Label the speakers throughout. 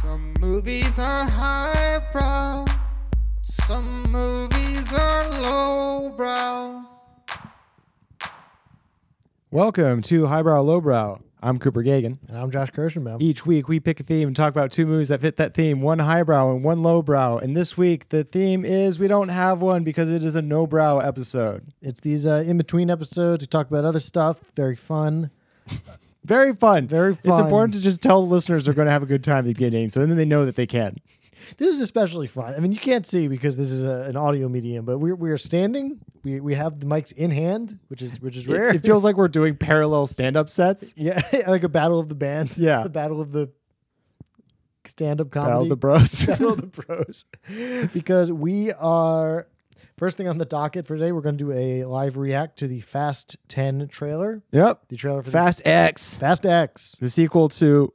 Speaker 1: Some movies are highbrow, some movies are lowbrow.
Speaker 2: Welcome to Highbrow Lowbrow. I'm Cooper Gagan.
Speaker 3: And I'm Josh Kirschenbaum.
Speaker 2: Each week we pick a theme and talk about two movies that fit that theme, one highbrow and one lowbrow. And this week the theme is we don't have one because it is a no brow episode.
Speaker 3: It's these uh, in between episodes. We talk about other stuff. Very fun.
Speaker 2: Very fun.
Speaker 3: Very
Speaker 2: It's
Speaker 3: fun.
Speaker 2: important to just tell the listeners they're going to have a good time at the beginning so then they know that they can.
Speaker 3: This is especially fun. I mean, you can't see because this is a, an audio medium, but we're, we're standing. We, we have the mics in hand, which is which is
Speaker 2: It,
Speaker 3: rare.
Speaker 2: it feels like we're doing parallel stand up sets.
Speaker 3: yeah, like a battle of the bands.
Speaker 2: Yeah.
Speaker 3: the battle of the stand-up comedy.
Speaker 2: Battle of the Bros.
Speaker 3: Battle of the pros. because we are first thing on the docket for today. We're going to do a live react to the Fast Ten trailer.
Speaker 2: yep.
Speaker 3: The trailer for
Speaker 2: Fast X,
Speaker 3: the Fast X
Speaker 2: the sequel to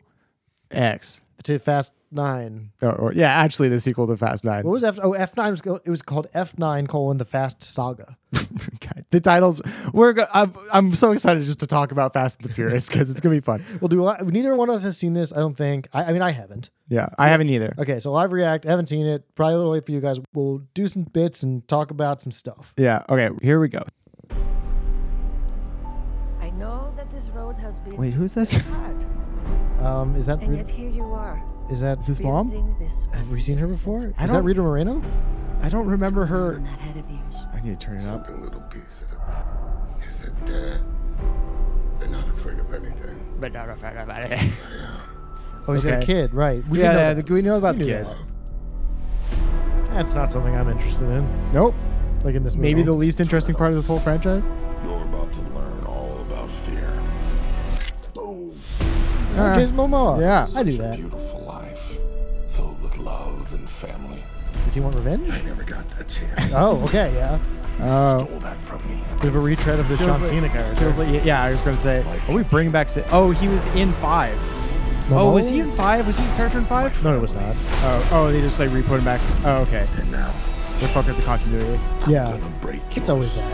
Speaker 2: X.
Speaker 3: to Fast Nine.
Speaker 2: Or, or- yeah, actually the sequel to Fast 9.
Speaker 3: What was F? Oh, F nine was go- it was called F nine colon the Fast Saga.
Speaker 2: God, the titles we're go- I'm, I'm so excited just to talk about Fast and the Furious because it's gonna be fun.
Speaker 3: We'll do. a li- Neither one of us has seen this. I don't think. I, I mean, I haven't.
Speaker 2: Yeah, I haven't either.
Speaker 3: Okay, so live react. I haven't seen it. Probably a little late for you guys. We'll do some bits and talk about some stuff.
Speaker 2: Yeah. Okay. Here we go.
Speaker 4: I know that this road has been
Speaker 2: Wait, who's this?
Speaker 4: hard,
Speaker 3: Um, is that
Speaker 4: and
Speaker 3: re-
Speaker 4: yet here you are.
Speaker 3: is that
Speaker 2: Is this mom?
Speaker 4: building This
Speaker 3: Have we seen her before?
Speaker 4: magnificent
Speaker 2: I
Speaker 3: Is that
Speaker 2: don't-
Speaker 3: Rita Moreno?
Speaker 2: I don't remember her.
Speaker 4: mountain ahead of you.
Speaker 2: I need to turn it up.
Speaker 5: Something little piece of it. He said, Dad, they're not afraid of anything.
Speaker 2: But no, no, no, no, no.
Speaker 3: Oh, he's got
Speaker 2: Okay.
Speaker 3: a kid, right? We
Speaker 2: yeah,
Speaker 3: did know
Speaker 2: yeah,
Speaker 3: that.
Speaker 2: the- we know about the
Speaker 3: knew
Speaker 2: kid.
Speaker 3: that. That's not something I'm interested in.
Speaker 2: Nope.
Speaker 3: Like in this movie.
Speaker 2: Maybe the least interesting part of this whole franchise.
Speaker 6: You're about to learn all about fear. Boom.
Speaker 3: oh, Jason Momoa.
Speaker 2: Ah. Yeah.
Speaker 3: I do
Speaker 6: Such A
Speaker 3: that.
Speaker 6: beautiful life filled with love and family.
Speaker 3: Does he want revenge?
Speaker 6: I never got that chance.
Speaker 3: Oh, okay, yeah.
Speaker 6: Stole that from me.
Speaker 3: We have a retread of the
Speaker 2: Feels
Speaker 3: John
Speaker 2: like-
Speaker 3: Cena character.
Speaker 2: Feels like, yeah, I was gonna say. Oh, we bring back. Sa- oh, he was in five. Oh, was he in five? Was he a character in five?
Speaker 3: No, it was not.
Speaker 2: Oh, oh, they just like re put him back. Oh, okay.
Speaker 6: And now
Speaker 2: They're fucking up the continuity.
Speaker 3: Yeah.
Speaker 6: I'm gonna break
Speaker 3: It's
Speaker 6: yours
Speaker 3: always that.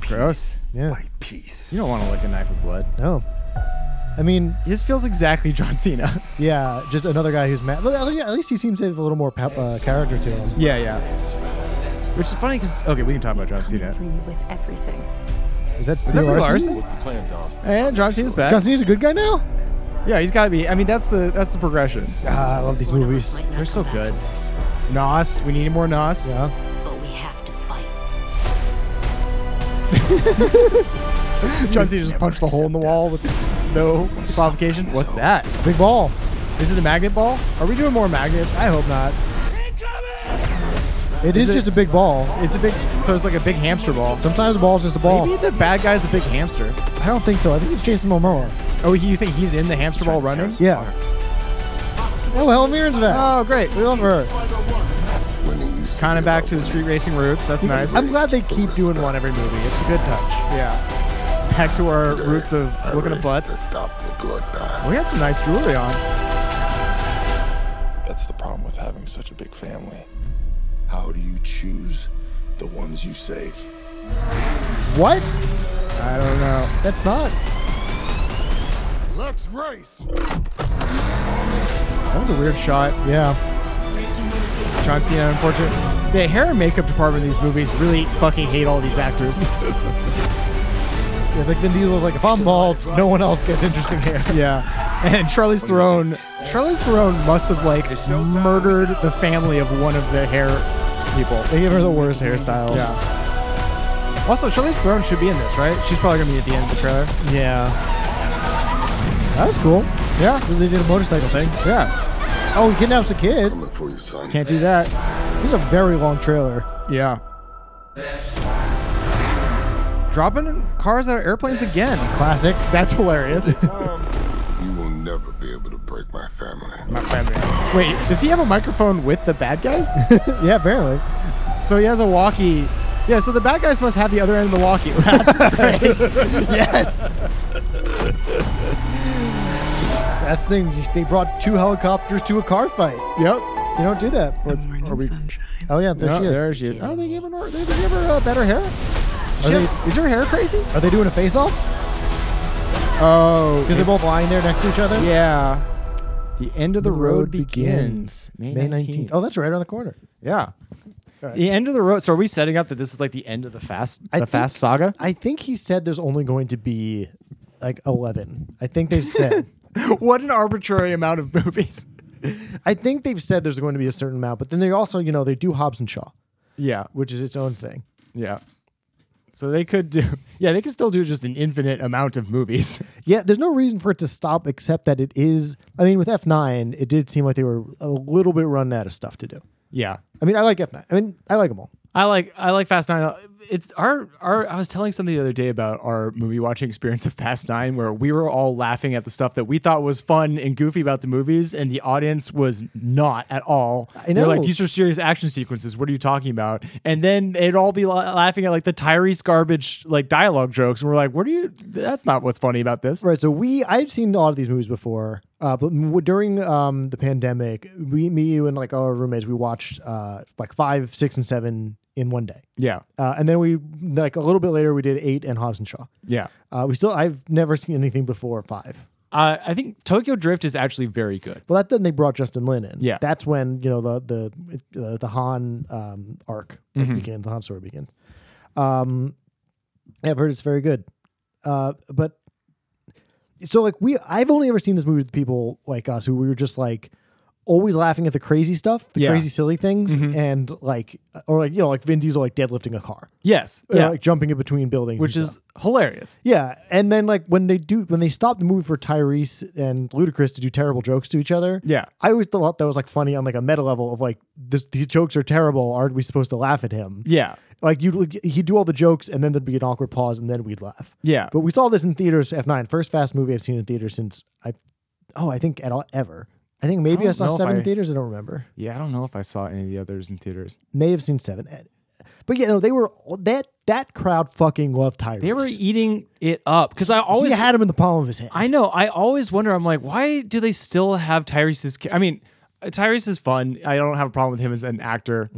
Speaker 2: Gross.
Speaker 3: Yeah.
Speaker 6: by piece.
Speaker 2: You don't want to lick a knife of blood.
Speaker 3: No. I mean,
Speaker 2: This feels exactly John Cena.
Speaker 3: yeah, just another guy who's mad. But uh, yeah, at least he seems to have a little more pep, uh, character to him.
Speaker 2: yeah, yeah. Which is funny because okay, we can talk about John Cena.
Speaker 4: Free with everything.
Speaker 3: Is that,
Speaker 2: Is that
Speaker 3: Brie
Speaker 2: Brie
Speaker 3: Larson?
Speaker 2: Larson?
Speaker 6: What's the plan, Dom?
Speaker 2: And Eh, John Cena's back.
Speaker 3: John Cena's a good guy now?
Speaker 2: yeah, he's got to be. I mean, that's the that's the progression.
Speaker 3: Ah, I love these movies.
Speaker 2: They're so good. Nos, we need more Nos.
Speaker 3: Yeah.
Speaker 7: But we have to fight.
Speaker 2: John Cena just punched the hole in the wall with no provocation. What's that?
Speaker 3: Big ball.
Speaker 2: Is it a magnet ball? Are we doing more magnets?
Speaker 3: I hope not. It is,
Speaker 2: it-
Speaker 3: just a big ball.
Speaker 2: It's a big. So it's like a big hamster ball.
Speaker 3: Sometimes a ball's just a ball.
Speaker 2: Maybe the bad guy's a big hamster.
Speaker 3: I don't think so. I think it's Jason Momoa.
Speaker 2: Oh, he, you think he's in the hamster ball running?
Speaker 3: Yeah. Oh, Helen Mirren's back.
Speaker 2: Oh, great.
Speaker 3: we love her.
Speaker 5: When he used to
Speaker 2: Kind of
Speaker 5: be
Speaker 2: back
Speaker 5: about
Speaker 2: to the
Speaker 5: when-
Speaker 2: street racing roots. That's nice.
Speaker 3: I'm glad they keep doing one every movie. It's a good touch.
Speaker 2: yeah. Back to our roots of
Speaker 5: I
Speaker 2: looking at
Speaker 5: raced
Speaker 2: butts.
Speaker 5: To stop the bloodbath.
Speaker 2: We got some nice jewelry on.
Speaker 6: That's the problem with having such a big family.
Speaker 5: How do you choose the ones you save?
Speaker 3: What?
Speaker 2: I don't know.
Speaker 3: That's not.
Speaker 5: Let's race!
Speaker 2: That was a weird shot.
Speaker 3: Yeah.
Speaker 2: John Cena, unfortunate. The hair and makeup department in these movies really fucking hate all these actors.
Speaker 3: It's like Vin Diesel's like, if I'm bald, no one else gets interesting hair.
Speaker 2: yeah. And Charlize Theron, Charlize Theron must have like murdered the family of one of the hair people.
Speaker 3: They give her the worst hairstyles.
Speaker 2: Yeah. Also, Charlize Theron should be in this, right? She's probably gonna be at the end of the trailer.
Speaker 3: Yeah. That was cool. Yeah. They did a motorcycle thing.
Speaker 2: Yeah.
Speaker 3: Oh, he kidnaps a kid.
Speaker 5: Coming for you, son.
Speaker 2: Can't do that.
Speaker 3: This is a very long trailer.
Speaker 2: Yeah. Dropping cars out of airplanes again.
Speaker 3: Classic.
Speaker 2: That's hilarious.
Speaker 5: You will never be able to break my family.
Speaker 2: My family. Wait, does he have a microphone with the bad guys?
Speaker 3: Yeah, apparently.
Speaker 2: So he has a walkie. Yeah, so the bad guys must have the other end of the walkie. That's great. yes.
Speaker 3: That's the thing. They brought two helicopters to a car fight.
Speaker 2: Yep.
Speaker 3: You don't do that.
Speaker 2: Are we,
Speaker 3: Oh, yeah. There
Speaker 2: No,
Speaker 3: she is.
Speaker 2: there she is. Oh, they gave her, nor- they gave her uh, better hair. Does she
Speaker 3: Are
Speaker 2: have- is her hair crazy?
Speaker 3: Are they doing a face off?
Speaker 2: Oh.
Speaker 3: Because they're both lying there next to each other?
Speaker 2: Yeah. The end of the, road, begins,
Speaker 3: May 19th. Oh, that's right on the corner.
Speaker 2: yeah.
Speaker 3: Alright.
Speaker 2: The end of the road. So are we setting up that this is like the end of the fast
Speaker 3: I
Speaker 2: the
Speaker 3: think-
Speaker 2: fast saga?
Speaker 3: I think he said there's only going to be like 11. I think they've said.
Speaker 2: what an arbitrary amount of movies.
Speaker 3: I think they've said there's going to be a certain amount, but then they also, you know, they do Hobbs and Shaw,
Speaker 2: Yeah.
Speaker 3: which is its own thing.
Speaker 2: Yeah. So they could do Yeah, they could still do just an infinite amount of movies.
Speaker 3: Yeah, there's no reason for it to stop except that it is. I mean, with F9, it did seem like they were a little bit run out of stuff to do.
Speaker 2: Yeah.
Speaker 3: I mean, I like F9. I mean, I like them all.
Speaker 2: I like I like Fast Nine. It's our our. I was telling somebody the other day about our movie watching experience of Fast Nine, where we were all laughing at the stuff that we thought was fun and goofy about the movies, and the audience was not at all.
Speaker 3: I
Speaker 2: They're like,
Speaker 3: know.
Speaker 2: these are serious action sequences. What are you talking about? And then they'd all be la- laughing at like the Tyrese garbage like dialogue jokes, and we're like, what are you? That's not what's funny about this.
Speaker 3: Right. So we, I've seen a lot of these movies before, uh, but m- during um, the pandemic, we, me, you, and like all our roommates, we watched uh, like five, six, and seven in one day.
Speaker 2: Yeah,
Speaker 3: Uh, and then we, like a little bit later, we did eight and Hobbs and Shaw.
Speaker 2: yeah.
Speaker 3: Uh, we still, I've never seen anything before five.
Speaker 2: Uh, I think Tokyo Drift is actually very good.
Speaker 3: Well, that then they brought Justin Lin in.
Speaker 2: Yeah.
Speaker 3: that's when you know the the uh, the Han um, arc
Speaker 2: Mm-hmm.
Speaker 3: begins. The Han story begins. Um, I've heard it's very good, uh, but so like we, I've only ever seen this movie with people like us who we were just like always laughing at the crazy stuff, the
Speaker 2: Yeah. Mm-hmm.
Speaker 3: crazy silly things, and like or like you know like Vin Diesel like deadlifting a car,
Speaker 2: Yes,
Speaker 3: yeah,
Speaker 2: yeah,
Speaker 3: like jumping in between buildings,
Speaker 2: which
Speaker 3: and
Speaker 2: is
Speaker 3: stuff.
Speaker 2: hilarious.
Speaker 3: Yeah, and then like when they do when they stop the movie for Tyrese and Ludacris to do terrible jokes to each other,
Speaker 2: Yeah.
Speaker 3: I always thought that was like funny on like a meta level of like this these jokes are terrible. Aren't we supposed to laugh at him?
Speaker 2: Yeah,
Speaker 3: Like you would he'd do all the jokes and then there'd be an awkward pause and then we'd laugh.
Speaker 2: yeah.
Speaker 3: But we saw this in theaters. F nine first fast movie I've seen in theaters since I oh I think at all ever. I think maybe I,
Speaker 2: don't
Speaker 3: saw
Speaker 2: know if
Speaker 3: seven in
Speaker 2: I-
Speaker 3: theaters. I don't remember.
Speaker 2: Yeah, I don't know if I saw any of the others in theaters.
Speaker 3: May have seen seven. eh. But yeah, no, they were that that crowd fucking loved Tyrese.
Speaker 2: They were eating it up because I always
Speaker 3: he had him in the palm of his hand.
Speaker 2: I know. I always wonder. I'm like, why do they still have Tyrese's? ca- I mean, uh, Tyrese is fun. I don't have a problem with him as an actor.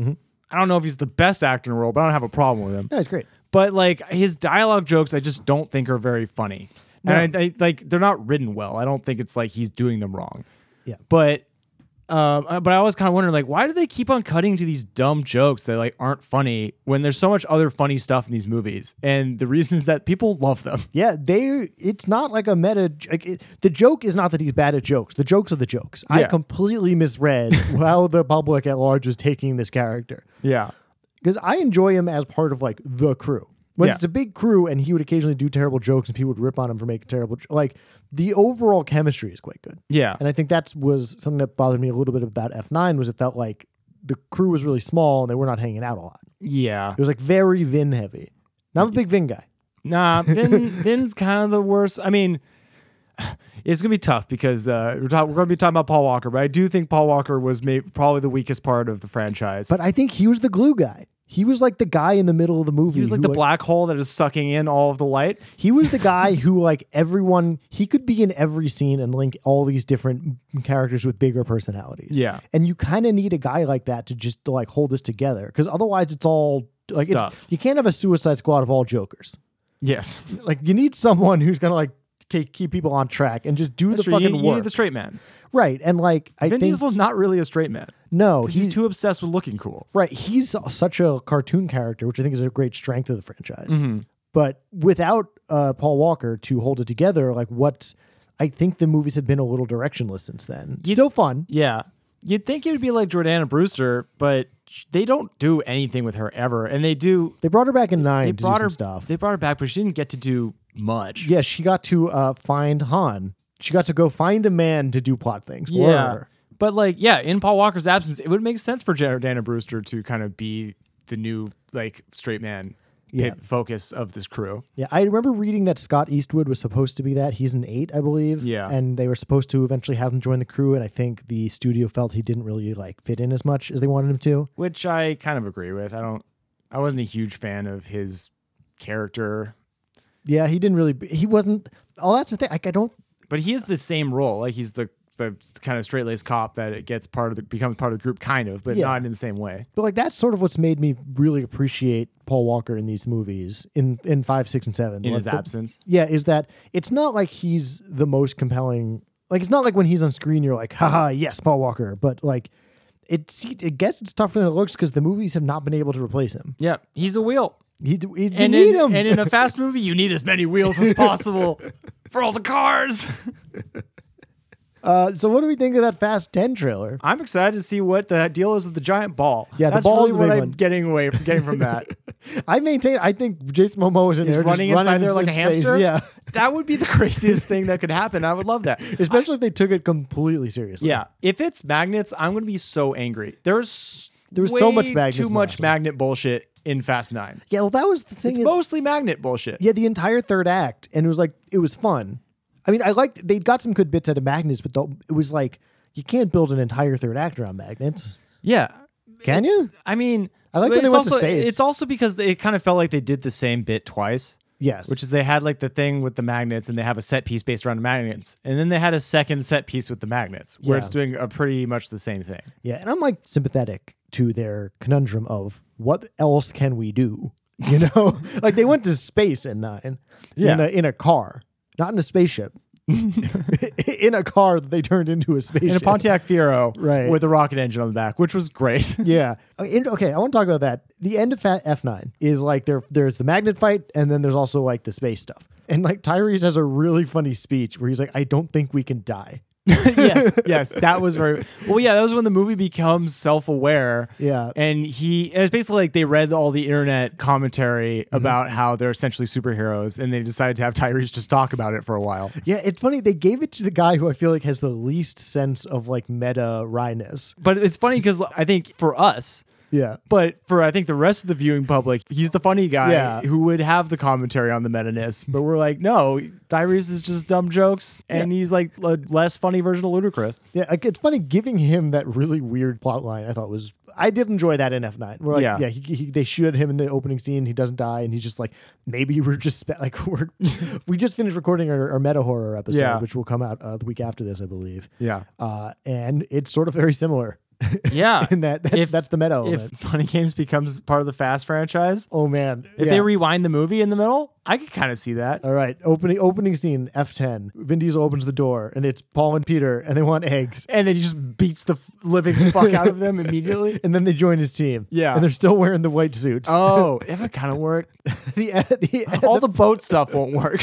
Speaker 2: I don't know if he's the best actor in the world, but I don't have a problem with him.
Speaker 3: No, it's great.
Speaker 2: But like his dialogue jokes, I just don't think are very funny. And I, I, like they're not written well. I don't think it's like he's doing them wrong.
Speaker 3: Yeah.
Speaker 2: But um, I- but I always kind of wonder like why do they keep on cutting to these dumb jokes that like aren't funny when there's so much other funny stuff in these movies? And the reason is that people love them.
Speaker 3: Yeah, they. It's not like a meta. Like it, the joke is not that he's bad at jokes. The jokes are the jokes. I
Speaker 2: Yeah.
Speaker 3: completely misread how the public at large is taking this character
Speaker 2: Yeah.
Speaker 3: because I enjoy him as part of like the crew. When
Speaker 2: Yeah.
Speaker 3: it's a big crew and he would occasionally do terrible jokes and people would rip on him for making terrible jo- like the overall chemistry is quite good.
Speaker 2: Yeah.
Speaker 3: And I think that's was something that bothered me a little bit about F9 was it felt like the crew was really small and they were not hanging out a lot.
Speaker 2: Yeah.
Speaker 3: It was like very Vin heavy. Now I'm a big Vin guy.
Speaker 2: Nah, Vin, Vin's kind of the worst. I mean, it's gonna be tough because uh, we're, talk- we're gonna be talking about Paul Walker, but I do think Paul Walker was may- probably the weakest part of the franchise.
Speaker 3: But I think he was the glue guy. He was like the guy in the middle of the movie.
Speaker 2: he was like
Speaker 3: who,
Speaker 2: the black hole that is sucking in all of the light.
Speaker 3: He was the guy who like everyone. He could be in every scene and link all these different characters with bigger personalities.
Speaker 2: Yeah.
Speaker 3: and you kind of need a guy like that to just to, like hold this together because otherwise it's all like it's,
Speaker 2: Stuff.
Speaker 3: you can't have a Suicide Squad of all jokers.
Speaker 2: Yes,
Speaker 3: Like you need someone who's gonna like k- keep people on track and just do
Speaker 2: That's
Speaker 3: the
Speaker 2: true. You-
Speaker 3: fucking
Speaker 2: you,
Speaker 3: work.
Speaker 2: need the straight man.
Speaker 3: right, and like I
Speaker 2: Vin
Speaker 3: think
Speaker 2: Diesel's not really a straight man.
Speaker 3: no,
Speaker 2: 'cause He's too obsessed with looking cool.
Speaker 3: Right. He's such a cartoon character, which I think is a great strength of the franchise.
Speaker 2: Mm-hmm.
Speaker 3: But without uh, Paul Walker to hold it together, like what I think the movies have been a little directionless since then. Still fun.
Speaker 2: Yeah, you'd think it would be like Jordana Brewster, but sh- they don't do anything with her ever, and they do.
Speaker 3: They brought her back in nine
Speaker 2: They
Speaker 3: to do
Speaker 2: brought
Speaker 3: some
Speaker 2: her.
Speaker 3: stuff.
Speaker 2: They brought her back, but she didn't get to do much.
Speaker 3: yeah, she got to uh, find Han. She got to go find a man to do plot things for her.
Speaker 2: But like, yeah, in Paul Walker's absence, it would make sense for Jordana Brewster to kind of be the new like straight man
Speaker 3: Yeah.
Speaker 2: pit focus of this crew.
Speaker 3: Yeah, I remember reading that Scott Eastwood was supposed to be that. He's an eight, I believe.
Speaker 2: Yeah.
Speaker 3: And they were supposed to eventually have him join the crew. And I think the studio felt he didn't really like fit in as much as they wanted him to.
Speaker 2: Which I kind of agree with. I don't I wasn't a huge fan of his character.
Speaker 3: Yeah, he didn't really. b- He wasn't. Oh, that's the thing. Like, I don't.
Speaker 2: But he is the same role. Like he's the the kind of straight laced cop that it gets part of the becomes part of the group kind of, but
Speaker 3: Yeah.
Speaker 2: not in the same way.
Speaker 3: But like, that's sort of what's made me really appreciate Paul Walker in these movies in in five, six, and seven.
Speaker 2: In
Speaker 3: Like,
Speaker 2: his
Speaker 3: the-
Speaker 2: absence.
Speaker 3: Yeah, is that it's not like he's the most compelling like it's not like when he's on screen you're like haha yes Paul Walker but like it se- it gets it's tougher than it looks because the movies have not been able to replace him
Speaker 2: Yeah, he's a wheel.
Speaker 3: he, he, you
Speaker 2: And
Speaker 3: need
Speaker 2: in,
Speaker 3: him
Speaker 2: and in a fast movie, you need as many wheels as possible for all the cars.
Speaker 3: uh, so what do we think of that Fast Ten trailer
Speaker 2: I'm excited to see what the deal is with the giant ball.
Speaker 3: Yeah, the
Speaker 2: that's
Speaker 3: ball
Speaker 2: really
Speaker 3: is the
Speaker 2: what
Speaker 3: big
Speaker 2: I'm
Speaker 3: one.
Speaker 2: getting away getting from that.
Speaker 3: I maintain I think Jason Momoa is in
Speaker 2: He's
Speaker 3: there just
Speaker 2: running inside there
Speaker 3: in
Speaker 2: like a
Speaker 3: space.
Speaker 2: hamster.
Speaker 3: yeah
Speaker 2: that would be the craziest thing that could happen. I would love that.
Speaker 3: especially if they took it completely seriously
Speaker 2: Yeah, if it's magnets, I'm gonna be so angry. There's
Speaker 3: There was so
Speaker 2: way
Speaker 3: much magnets
Speaker 2: too
Speaker 3: in
Speaker 2: much
Speaker 3: last one.
Speaker 2: magnet bullshit in Fast Nine.
Speaker 3: yeah well that was the thing
Speaker 2: It's
Speaker 3: is-
Speaker 2: mostly magnet bullshit.
Speaker 3: Yeah, the entire third act, and it was like it was fun. I mean, I liked they got some good bits out of magnets, but the, it was like you can't build an entire third act around magnets,
Speaker 2: yeah.
Speaker 3: can you?
Speaker 2: I mean,
Speaker 3: I like
Speaker 2: but
Speaker 3: when they
Speaker 2: it's
Speaker 3: went to
Speaker 2: also-
Speaker 3: space.
Speaker 2: It's also because they, it kind of felt like they did the same bit twice,
Speaker 3: Yes.
Speaker 2: which is they had like the thing with the magnets, and they have a set piece based around the magnets, and then they had a second set piece with the magnets, where
Speaker 3: Yeah.
Speaker 2: it's doing a pretty much the same thing.
Speaker 3: yeah, and I'm like sympathetic to their conundrum of what else can we do? You know, like they went to space in nine,
Speaker 2: Yeah.
Speaker 3: in a, in a car, not in a spaceship, in a car that they turned into a spaceship.
Speaker 2: In a Pontiac Fiero,
Speaker 3: Right.
Speaker 2: with a rocket engine on the back, which was great.
Speaker 3: Yeah. Okay, and- okay, I want to talk about that. The end of F nine is like there. There's the magnet fight, and then there's also like the space stuff. And like Tyrese has a really funny speech where he's like, "I don't think we can die."
Speaker 2: yes, yes, that was very well. Yeah, that was when the movie becomes self-aware.
Speaker 3: Yeah.
Speaker 2: and he and it's basically like they read all the internet commentary
Speaker 3: Mm-hmm.
Speaker 2: about how they're essentially superheroes, and they decided to have Tyrese just talk about it for a while.
Speaker 3: Yeah, it's funny. They gave it to the guy who I feel like has the least sense of like meta wryness.
Speaker 2: But it's funny because I think for us,
Speaker 3: Yeah.
Speaker 2: but for I think the rest of the viewing public, he's the funny guy
Speaker 3: Yeah.
Speaker 2: who would have the commentary on the meta ness. But we're like, no, Tyrese is just dumb jokes, and he's like a less funny version of Ludacris.
Speaker 3: Yeah, like it's funny giving him that really weird plot line. I thought was I did enjoy that in F nine. We're like,
Speaker 2: Yeah.
Speaker 3: yeah, he, he, they shoot at him in the opening scene. He doesn't die, and he's just like, maybe we're just spe- like we're we just finished recording our, our meta horror episode,
Speaker 2: Yeah.
Speaker 3: which will come out uh, the week after this, I believe.
Speaker 2: Yeah.
Speaker 3: uh, and it's sort of very similar.
Speaker 2: Yeah,
Speaker 3: in that that's,
Speaker 2: If-
Speaker 3: that's the meta
Speaker 2: If
Speaker 3: element.
Speaker 2: Funny Games becomes part of the Fast franchise,
Speaker 3: oh man,
Speaker 2: if
Speaker 3: yeah.
Speaker 2: they rewind the movie in the middle, I could kind of see that.
Speaker 3: all right, opening opening scene F ten. Vin Diesel opens the door, and it's Paul and Peter, and they want eggs.
Speaker 2: And then he just beats the f- living fuck out of them immediately.
Speaker 3: And then they join his team.
Speaker 2: Yeah.
Speaker 3: and they're still wearing the white suits.
Speaker 2: Oh, it would kind of work.
Speaker 3: the, uh, the,
Speaker 2: All the boat stuff won't work.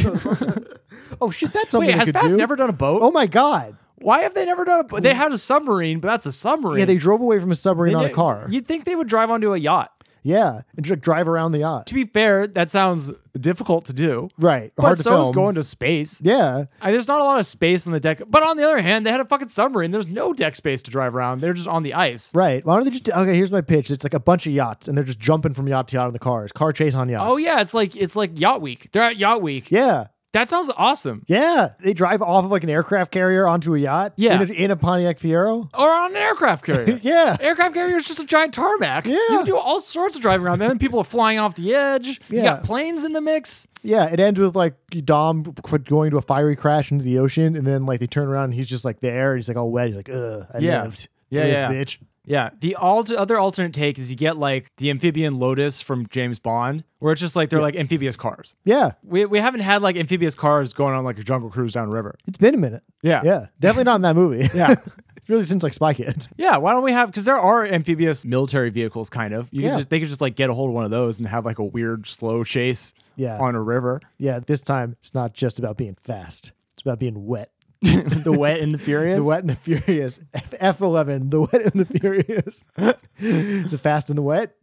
Speaker 3: Oh shit, that's something
Speaker 2: Wait,
Speaker 3: they
Speaker 2: has
Speaker 3: could
Speaker 2: Fast
Speaker 3: do.
Speaker 2: never done a boat?
Speaker 3: Oh my god!
Speaker 2: Why have they never done a? They had a submarine, but that's a submarine.
Speaker 3: Yeah, they drove away from a submarine
Speaker 2: They
Speaker 3: on a
Speaker 2: did-
Speaker 3: car.
Speaker 2: You'd think they would drive onto a yacht.
Speaker 3: yeah, and dr- drive around the yacht.
Speaker 2: To be fair, that sounds difficult to do.
Speaker 3: Right,
Speaker 2: But
Speaker 3: hard to
Speaker 2: so is
Speaker 3: film.
Speaker 2: going to space.
Speaker 3: Yeah,
Speaker 2: I- there's not a lot of space on the deck. But on the other hand, they had a fucking submarine. There's no deck space to drive around. They're just on the ice.
Speaker 3: right. Why don't they just? do- Okay, here's my pitch. It's like a bunch of yachts, and they're just jumping from yacht to yacht in the cars. Car chase on yachts.
Speaker 2: Oh yeah, it's like it's like yacht week. They're at yacht week.
Speaker 3: yeah,
Speaker 2: That sounds awesome.
Speaker 3: yeah. They drive off of like an aircraft carrier onto a yacht.
Speaker 2: Yeah.
Speaker 3: in a, in a Pontiac Fiero.
Speaker 2: Or on an aircraft carrier.
Speaker 3: Yeah.
Speaker 2: Aircraft carrier is just a giant tarmac.
Speaker 3: Yeah.
Speaker 2: You do all sorts of driving around there, and people are flying off the edge. You
Speaker 3: Yeah.
Speaker 2: got planes in the mix.
Speaker 3: Yeah, it ends with like Dom qu- going to a fiery crash into the ocean, and then like they turn around and he's just like there, and he's like all wet. He's like, ugh, I
Speaker 2: Yeah.
Speaker 3: lived.
Speaker 2: Yeah,
Speaker 3: Live,
Speaker 2: yeah.
Speaker 3: bitch.
Speaker 2: Yeah. The alt- other alternate take is you get like the amphibian Lotus from James Bond, where it's just like they're like amphibious cars.
Speaker 3: Yeah,
Speaker 2: We, we haven't had like amphibious cars going on like a jungle cruise down river.
Speaker 3: it's been a minute.
Speaker 2: Yeah.
Speaker 3: yeah, definitely not in that movie.
Speaker 2: Yeah.
Speaker 3: really since like Spy Kids.
Speaker 2: Yeah, why don't we have because there are amphibious military vehicles, kind of. You could
Speaker 3: Yeah.
Speaker 2: just, they could just like get a hold of one of those and have like a weird slow chase
Speaker 3: Yeah.
Speaker 2: on a river.
Speaker 3: Yeah, this time it's not just about being fast. It's about being wet.
Speaker 2: the wet and the furious.
Speaker 3: The wet and the furious. F- F11, the wet and the furious. the fast and the wet.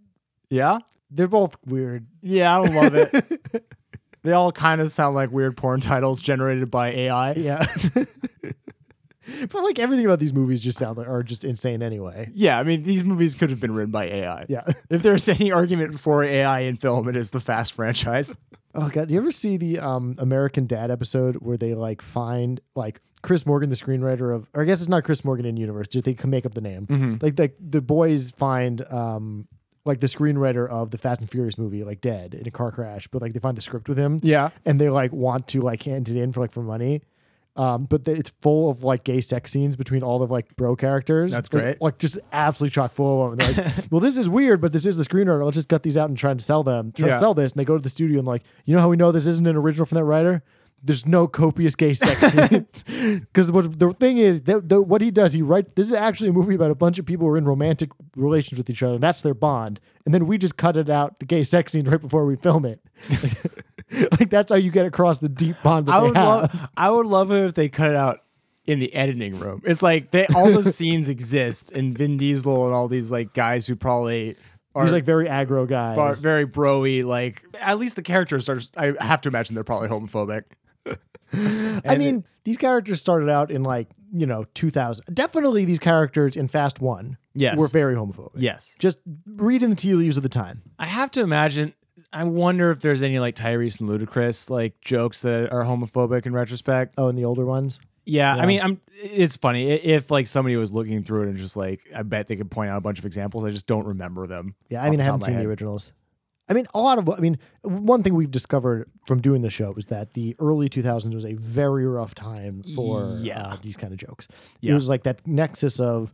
Speaker 2: Yeah.
Speaker 3: They're both weird.
Speaker 2: Yeah, I don't love it. they all kind of sound like weird porn titles generated by AI.
Speaker 3: Yeah. but like everything about these movies just sound like are just insane anyway.
Speaker 2: Yeah, I mean these movies could have been written by AI.
Speaker 3: Yeah.
Speaker 2: If there's any argument for AI in film, it is the Fast franchise.
Speaker 3: Oh god, do you ever see the um American Dad episode where they like find like Chris Morgan, the screenwriter of, or I guess it's not Chris Morgan in universe. Just they can make up the name.
Speaker 2: Mm-hmm.
Speaker 3: Like like the boys find um like the screenwriter of the Fast and Furious movie, like dead in a car crash, but like they find the script with him.
Speaker 2: Yeah.
Speaker 3: and they like want to like hand it in for like for money. Um, but the, it's full of like gay sex scenes between all of like bro characters.
Speaker 2: That's
Speaker 3: Like-
Speaker 2: great.
Speaker 3: Like, just absolutely chock full of them. And They're like, well, this is weird, but this is the screenwriter. Let's just gut these out and try and sell them. Try
Speaker 2: Yeah.
Speaker 3: to sell this. And they go to the studio and like, you know how we know this isn't an original from that writer?
Speaker 2: There's no copious gay sex scenes.
Speaker 3: Because what the thing is, that, that what he does, he writes. This is actually a movie about a bunch of people who are in romantic relations with each other, and that's their bond. And then we just cut it out the gay sex scenes right before we film it. like that's how you get across the deep bond that
Speaker 2: I
Speaker 3: they
Speaker 2: would
Speaker 3: have.
Speaker 2: love I would love it if they cut it out in the editing room. It's like they all those scenes exist and Vin Diesel and all these like guys who probably are
Speaker 3: He's like very aggro guys.
Speaker 2: are very broy like at least the characters are I have to imagine they're probably homophobic.
Speaker 3: I mean, these characters started out in like you know 2000. Definitely, these characters in Fast One,
Speaker 2: Yes.
Speaker 3: were very homophobic.
Speaker 2: Yes.
Speaker 3: just reading the tea leaves of the time.
Speaker 2: I have to imagine I wonder if there's any like Tyrese and Ludacris like jokes that are homophobic in retrospect.
Speaker 3: Oh, and the older ones.
Speaker 2: Yeah, I mean, I'm. It's funny I- if like somebody was looking through it and just like, I bet they could point out a bunch of examples. I just don't remember them.
Speaker 3: Yeah,
Speaker 2: off
Speaker 3: I mean,
Speaker 2: the top
Speaker 3: I haven't
Speaker 2: of my
Speaker 3: seen
Speaker 2: head.
Speaker 3: the originals. I mean, a lot of. I mean, one thing we've discovered from doing the show was that the early 2000s was a very rough time for uh,
Speaker 2: Yeah.
Speaker 3: these kind of jokes. It
Speaker 2: Yeah.
Speaker 3: was like that nexus of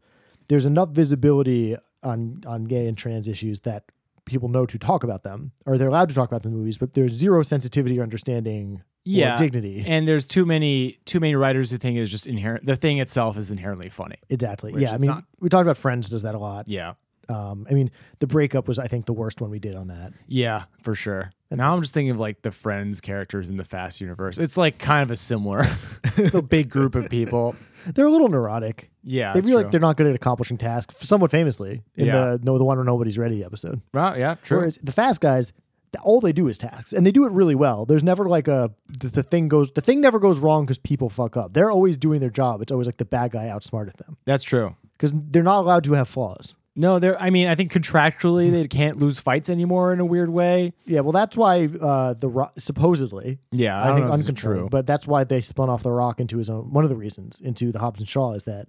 Speaker 3: there's enough visibility on on gay and trans issues that people know to talk about them, or they're allowed to talk about the movies, but there's zero sensitivity or understanding
Speaker 2: Yeah,
Speaker 3: or dignity.
Speaker 2: And there's too many too many writers who think it's just inherent. The thing itself is inherently funny.
Speaker 3: exactly.
Speaker 2: Which
Speaker 3: Yeah, I
Speaker 2: it's
Speaker 3: mean,
Speaker 2: not.
Speaker 3: we talked about Friends does that a lot.
Speaker 2: Yeah,
Speaker 3: Um, I mean, the breakup was I think the worst one we did on that.
Speaker 2: yeah, for sure. And now I'm just thinking of like the Friends characters in the Fast universe. It's like kind of a similar, it's a big group of people.
Speaker 3: They're a little neurotic.
Speaker 2: Yeah,
Speaker 3: they
Speaker 2: that's
Speaker 3: feel like
Speaker 2: true.
Speaker 3: they're not good at accomplishing tasks, somewhat famously in
Speaker 2: Yeah.
Speaker 3: the no the one where nobody's ready episode.
Speaker 2: Well, yeah, true.
Speaker 3: Whereas the fast guys, th- all they do is tasks, and they do it really well. There's never like a the, the thing goes the thing never goes wrong because people fuck up. They're always doing their job. It's always like the bad guy outsmarted them
Speaker 2: that's true.
Speaker 3: because they're not allowed to have flaws.
Speaker 2: No, there. I mean, I think contractually they can't lose fights anymore in a weird way.
Speaker 3: Yeah, well, that's why uh, the rock supposedly.
Speaker 2: Yeah, I,
Speaker 3: I,
Speaker 2: don't
Speaker 3: think
Speaker 2: know if this is
Speaker 3: uncontrolled,
Speaker 2: true.
Speaker 3: but that's why they spun off the Rock into his own. One of the reasons into the Hobbs and Shaw is that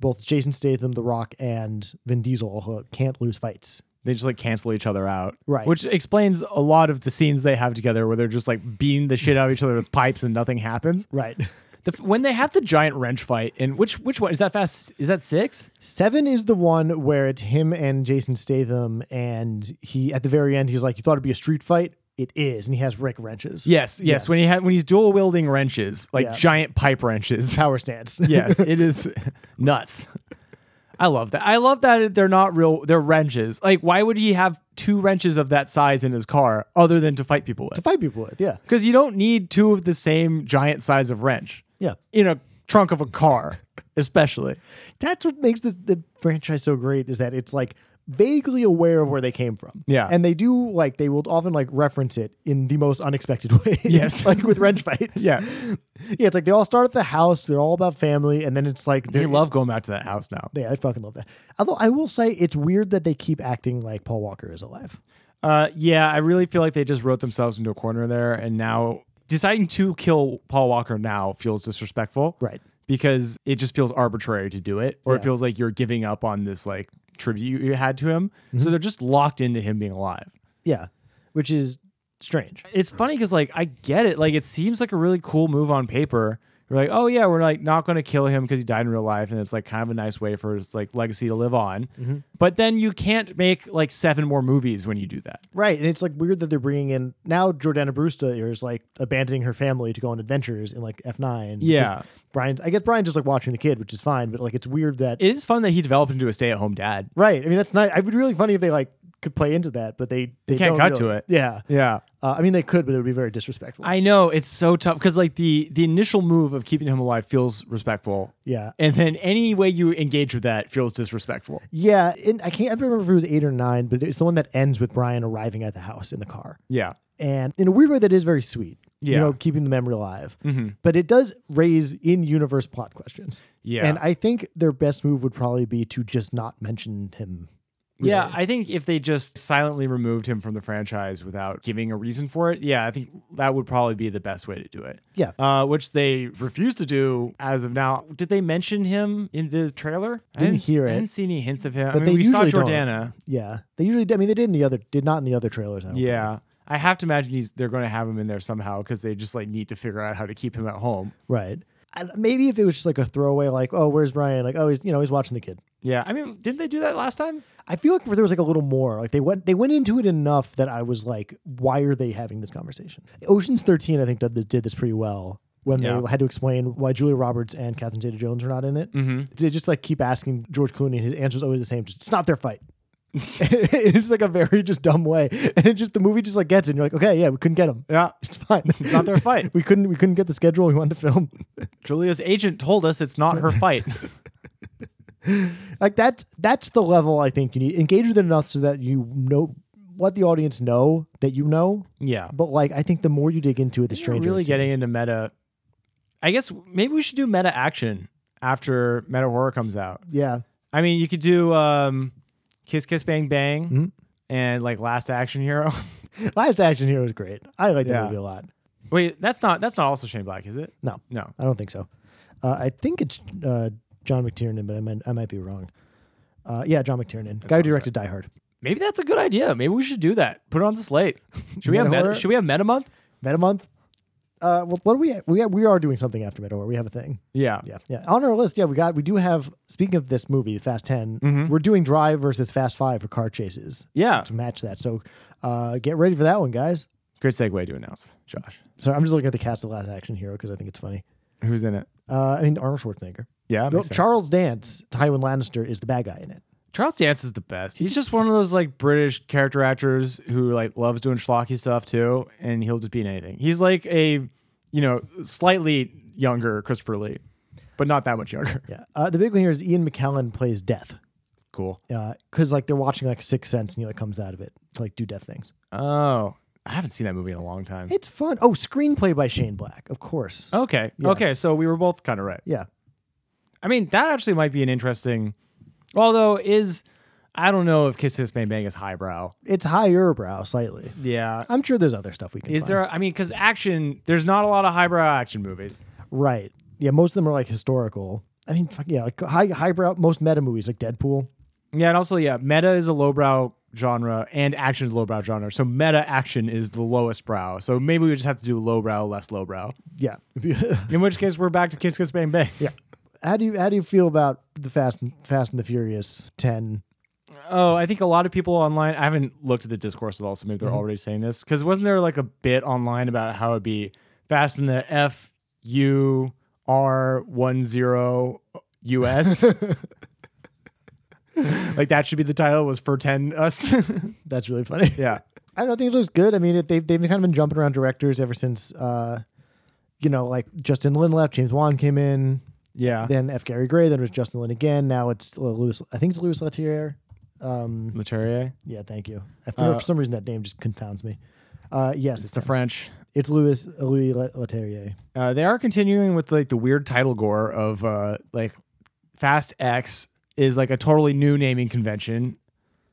Speaker 3: both Jason Statham, the Rock, and Vin Diesel uh, can't lose fights.
Speaker 2: They just like cancel each other out.
Speaker 3: Right.
Speaker 2: Which explains a lot of the scenes they have together where they're just like beating the shit out of each other with pipes and nothing happens.
Speaker 3: Right.
Speaker 2: The, when they have the giant wrench fight, and which which one is that fast? Is that six?
Speaker 3: Seven is the one where it's him and Jason Statham, and he at the very end he's like, "You thought it'd be a street fight? It is," and he has Rick wrenches.
Speaker 2: Yes, yes. When he had when he's dual wielding wrenches, like
Speaker 3: Yeah.
Speaker 2: giant pipe wrenches.
Speaker 3: power stance.
Speaker 2: yes, it is nuts. I love that. I love that they're not real. They're wrenches. Like, why would he have two wrenches of that size in his car other than to fight people with?
Speaker 3: to fight people with. Yeah,
Speaker 2: Because you don't need two of the same giant size of wrench
Speaker 3: yeah.
Speaker 2: in a trunk of a car, especially.
Speaker 3: That's what makes this the franchise so great is that it's like vaguely aware of where they came from.
Speaker 2: Yeah.
Speaker 3: and they do like they will often like reference it in the most unexpected ways.
Speaker 2: Yes.
Speaker 3: like with wrench fights.
Speaker 2: Yeah.
Speaker 3: yeah. It's like they all start at the house. They're all about family, and then it's like
Speaker 2: They
Speaker 3: they're-
Speaker 2: love going back to that house now.
Speaker 3: Yeah, I fucking love that. Although I will say it's weird that they keep acting like Paul Walker is alive.
Speaker 2: Uh, yeah, I really feel like they just wrote themselves into a corner there, and now deciding to kill Paul Walker now feels disrespectful,
Speaker 3: Right.
Speaker 2: Because it just feels arbitrary to do it, or
Speaker 3: Yeah.
Speaker 2: it feels like you're giving up on this like tribute you had to him.
Speaker 3: Mm-hmm.
Speaker 2: So they're just locked into him being alive.
Speaker 3: Yeah, which is strange.
Speaker 2: It's funny because like I get it, like it seems like a really cool move on paper. You're like, oh yeah, we're like not going to kill him because he died in real life, and it's like kind of a nice way for his like legacy to live on.
Speaker 3: Mm-hmm.
Speaker 2: But then you can't make like seven more movies when you do that.
Speaker 3: Right, and it's like weird that they're bringing in now Jordana Brewster is like abandoning her family to go on adventures in like F nine.
Speaker 2: Yeah.
Speaker 3: Brian. I guess Brian's just like watching the kid, which is fine, but like it's weird that.
Speaker 2: It is fun that he developed into a stay-at-home dad.
Speaker 3: right. I mean, that's not. It would be really funny if they like could play into that, but they they,
Speaker 2: can't
Speaker 3: don't
Speaker 2: cut to
Speaker 3: really.
Speaker 2: it.
Speaker 3: Yeah.
Speaker 2: Yeah.
Speaker 3: Uh, I mean, they could, but it would be very disrespectful.
Speaker 2: I know it's so tough because like the the initial move of keeping him alive feels respectful.
Speaker 3: yeah.
Speaker 2: And then any way you engage with that feels disrespectful.
Speaker 3: Yeah, and I can't I remember if it was eight or nine, but it's the one that ends with Brian arriving at the house in the car.
Speaker 2: Yeah.
Speaker 3: and in a weird way that is very sweet you
Speaker 2: Yeah. Mm-hmm.
Speaker 3: know keeping the memory alive but it does raise in universe plot questions
Speaker 2: Yeah.
Speaker 3: and i think their best move would probably be to just not mention him
Speaker 2: Yeah, I think if they just silently removed him from the franchise without giving a reason for it, yeah, I think that would probably be the best way to do it.
Speaker 3: Yeah.
Speaker 2: Uh, which they refuse to do as of now. Did they mention him in the trailer? I
Speaker 3: Didn't hear
Speaker 2: I
Speaker 3: it.
Speaker 2: didn't see any hints of him.
Speaker 3: But
Speaker 2: I
Speaker 3: they
Speaker 2: mean, we saw
Speaker 3: usually don't.
Speaker 2: Jordana.
Speaker 3: yeah they usually i mean they did in the other did not in the other trailers I don't think.
Speaker 2: Yeah. I have to imagine he's they're going to have him in there somehow because they just like need to figure out how to keep him at home.
Speaker 3: right And maybe if it was just like a throwaway like oh where's brian like oh he's you know he's watching the kid
Speaker 2: Yeah, I mean, didn't they do that last time?
Speaker 3: I feel like there was like a little more. Like they went they went into it enough that I was like, why are they having this conversation? Ocean's Thirteen, I think, did, did this pretty well when
Speaker 2: Yeah.
Speaker 3: they had to explain why Julia Roberts and Catherine Zeta Jones are not in it.
Speaker 2: Mm-hmm.
Speaker 3: They just like keep asking George Clooney, and his answer's always the same: just it's not their fight. it's just, like a very just dumb way, and it just the movie just like gets it. And you're like, okay, yeah, we couldn't get them.
Speaker 2: Yeah.
Speaker 3: It's fine.
Speaker 2: It's not their fight.
Speaker 3: we couldn't we couldn't get the schedule we wanted to film.
Speaker 2: Julia's agent told us it's not her fight.
Speaker 3: like that's that's the level I think you need. Engage with it enough so that you know let the audience know that you know.
Speaker 2: yeah.
Speaker 3: But like I think the more you dig into it, the
Speaker 2: You're
Speaker 3: stranger.
Speaker 2: really
Speaker 3: it's gonna
Speaker 2: getting into meta. I guess maybe we should do meta action after meta horror comes out.
Speaker 3: be. Yeah.
Speaker 2: I mean, you could do um, Kiss Kiss Bang Bang and like Last Action Hero.
Speaker 3: Last Action Hero is great. I like that
Speaker 2: Yeah.
Speaker 3: movie a lot.
Speaker 2: Wait, that's not that's not also Shane Black, is it?
Speaker 3: No,
Speaker 2: No.
Speaker 3: I don't think so. Uh, I think it's uh, John McTiernan, but I might I might be wrong. Uh, yeah, John McTiernan, guy who directed Die Hard.
Speaker 2: Maybe that's a good idea. Maybe we should do that. Put it on the slate. Should we have
Speaker 3: Meta
Speaker 2: meta,
Speaker 3: horror?
Speaker 2: should we have meta month?
Speaker 3: Meta Month. Uh, well, what do we we we are doing something after Meta War. We have a thing.
Speaker 2: Yeah.
Speaker 3: Yeah, yeah. On our list, yeah, we got we do have. Speaking of this movie, Fast 10 we
Speaker 2: Mm-hmm.
Speaker 3: we're doing Drive versus Fast Five for car chases.
Speaker 2: Yeah.
Speaker 3: to match that. So uh, get ready for that one, guys.
Speaker 2: Great segue to announce, Josh.
Speaker 3: So I'm just looking at the cast of Last Action Hero because I think it's funny.
Speaker 2: Who's in it?
Speaker 3: Uh, I mean, Arnold Schwarzenegger.
Speaker 2: Yeah.
Speaker 3: No,
Speaker 2: makes sense.
Speaker 3: Charles Dance, Tywin Lannister, is the bad guy in it.
Speaker 2: Charles Dance is the best. He's just one of those like British character actors who like loves doing schlocky stuff too, and he'll just be in anything. He's like a, you know, slightly younger Christopher Lee, but not that much younger.
Speaker 3: Yeah. Uh, the big one here is Ian McKellen plays Death
Speaker 2: Cool.
Speaker 3: because like they're watching like Sixth Sense and he like comes out of it to like do death things.
Speaker 2: Oh, I haven't seen that movie in a long time.
Speaker 3: It's fun. Oh, screenplay by Shane Black, of course.
Speaker 2: Okay.
Speaker 3: Yes.
Speaker 2: Okay. So we were both kind of right.
Speaker 3: Yeah.
Speaker 2: I mean, that actually might be an interesting. Although is, I don't know if Kiss Kiss Bang Bang is highbrow.
Speaker 3: It's higher brow slightly.
Speaker 2: Yeah.
Speaker 3: I'm sure there's other stuff we can.
Speaker 2: Is
Speaker 3: find.
Speaker 2: there? I mean, because action, there's not a lot of highbrow action movies.
Speaker 3: Right. Yeah. Most of them are like historical. I mean, fuck yeah. Like high highbrow. Most meta movies like Deadpool.
Speaker 2: Yeah, and also yeah, meta is a lowbrow genre and action is a lowbrow genre. So meta action is the lowest brow. So maybe we just have to do lowbrow, less lowbrow.
Speaker 3: Yeah.
Speaker 2: In which case we're back to Kiss Kiss Bang Bang. Yeah.
Speaker 3: how do you how do you feel about the Fast and Fast and the Furious ten?
Speaker 2: Oh, I think a lot of people online I haven't looked at the discourse at all, so maybe they're already saying this. Because wasn't there like a bit online about how it'd be fast in the F U R one zero US? like that should be the title was for ten us.
Speaker 3: That's really funny.
Speaker 2: yeah.
Speaker 3: I don't think it looks good. I mean, it, they've they've kind of been jumping around directors ever since, uh, you know, like Justin Lin left, James Wan came in,
Speaker 2: Yeah.
Speaker 3: then F. Gary Gray, then it was Justin Lin again. Now it's uh, Louis. I think it's Louis Leterrier. Um,
Speaker 2: Leterrier.
Speaker 3: yeah, thank you. I feel- for some reason that name just confounds me. Uh, yes,
Speaker 2: It's
Speaker 3: it's,
Speaker 2: the French.
Speaker 3: it's Louis Louis Le- Leterrier.
Speaker 2: Uh, they are continuing with like the weird title gore of uh, like Fast X is like a totally new naming convention.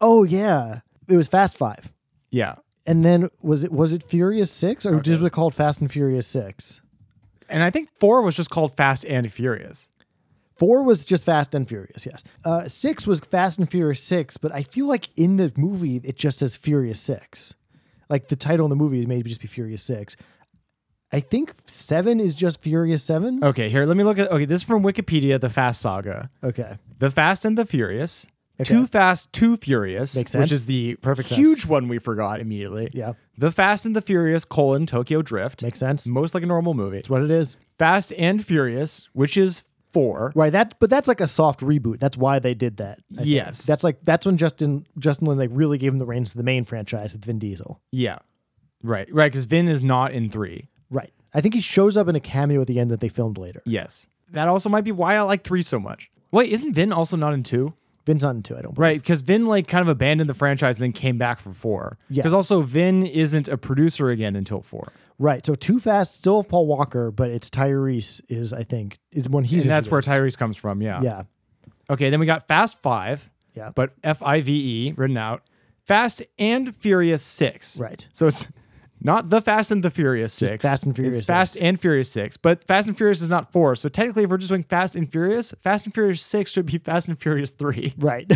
Speaker 3: Oh yeah, it was Fast Five,
Speaker 2: Yeah,
Speaker 3: and then was it was it Furious Six or was it called Fast and Furious Six?
Speaker 2: and I think four was just called Fast and Furious.
Speaker 3: Four was just Fast and Furious, yes. Uh, six was Fast and Furious Six, but I feel like in the movie it just says Furious Six. Like the title in the movie may just be Furious Six. I think seven is just Furious Seven.
Speaker 2: Okay, here let me look at. Okay, this is from Wikipedia. The Fast Saga,
Speaker 3: Okay,
Speaker 2: The Fast and the Furious,
Speaker 3: Okay.
Speaker 2: Too Fast, Too Furious,
Speaker 3: Makes
Speaker 2: which
Speaker 3: sense.
Speaker 2: is the
Speaker 3: Perfect sense.
Speaker 2: huge one we forgot immediately.
Speaker 3: Yeah.
Speaker 2: The Fast and the Furious colon Tokyo Drift
Speaker 3: makes sense. That's
Speaker 2: most like a normal movie.
Speaker 3: what it is,
Speaker 2: Fast and Furious, which is four.
Speaker 3: right? That, but that's like a soft reboot. That's why they did that. I think.
Speaker 2: Yes.
Speaker 3: that's like that's when Justin Justin Lin like really gave him the reins to the main franchise with Vin Diesel.
Speaker 2: Yeah, right, right, because Vin is not in three.
Speaker 3: Right. I think he shows up in a cameo at the end that they filmed later.
Speaker 2: Yes. That also might be why I like three so much. Wait, isn't Vin also not in two?
Speaker 3: Vin's on too. I don't. believe.
Speaker 2: Right, because Vin like kind of abandoned the franchise and then came back for four.
Speaker 3: Yes.
Speaker 2: Because also Vin isn't a producer again until four.
Speaker 3: Right. So Too Fast still have Paul Walker, but it's Tyrese is I think is when he's
Speaker 2: and that's where Tyrese
Speaker 3: introduced.
Speaker 2: comes from, yeah.
Speaker 3: Yeah.
Speaker 2: Okay, then we got Fast Five.
Speaker 3: Yeah.
Speaker 2: But F I V E written out. Fast and Furious Six.
Speaker 3: Right.
Speaker 2: So it's not the Fast and the Furious Six.
Speaker 3: Fast and Furious
Speaker 2: It's Fast and Furious Six. But Fast and Furious is not four. So technically if we're just doing Fast and Furious, Fast and Furious Six should be Fast and Furious Three.
Speaker 3: Right.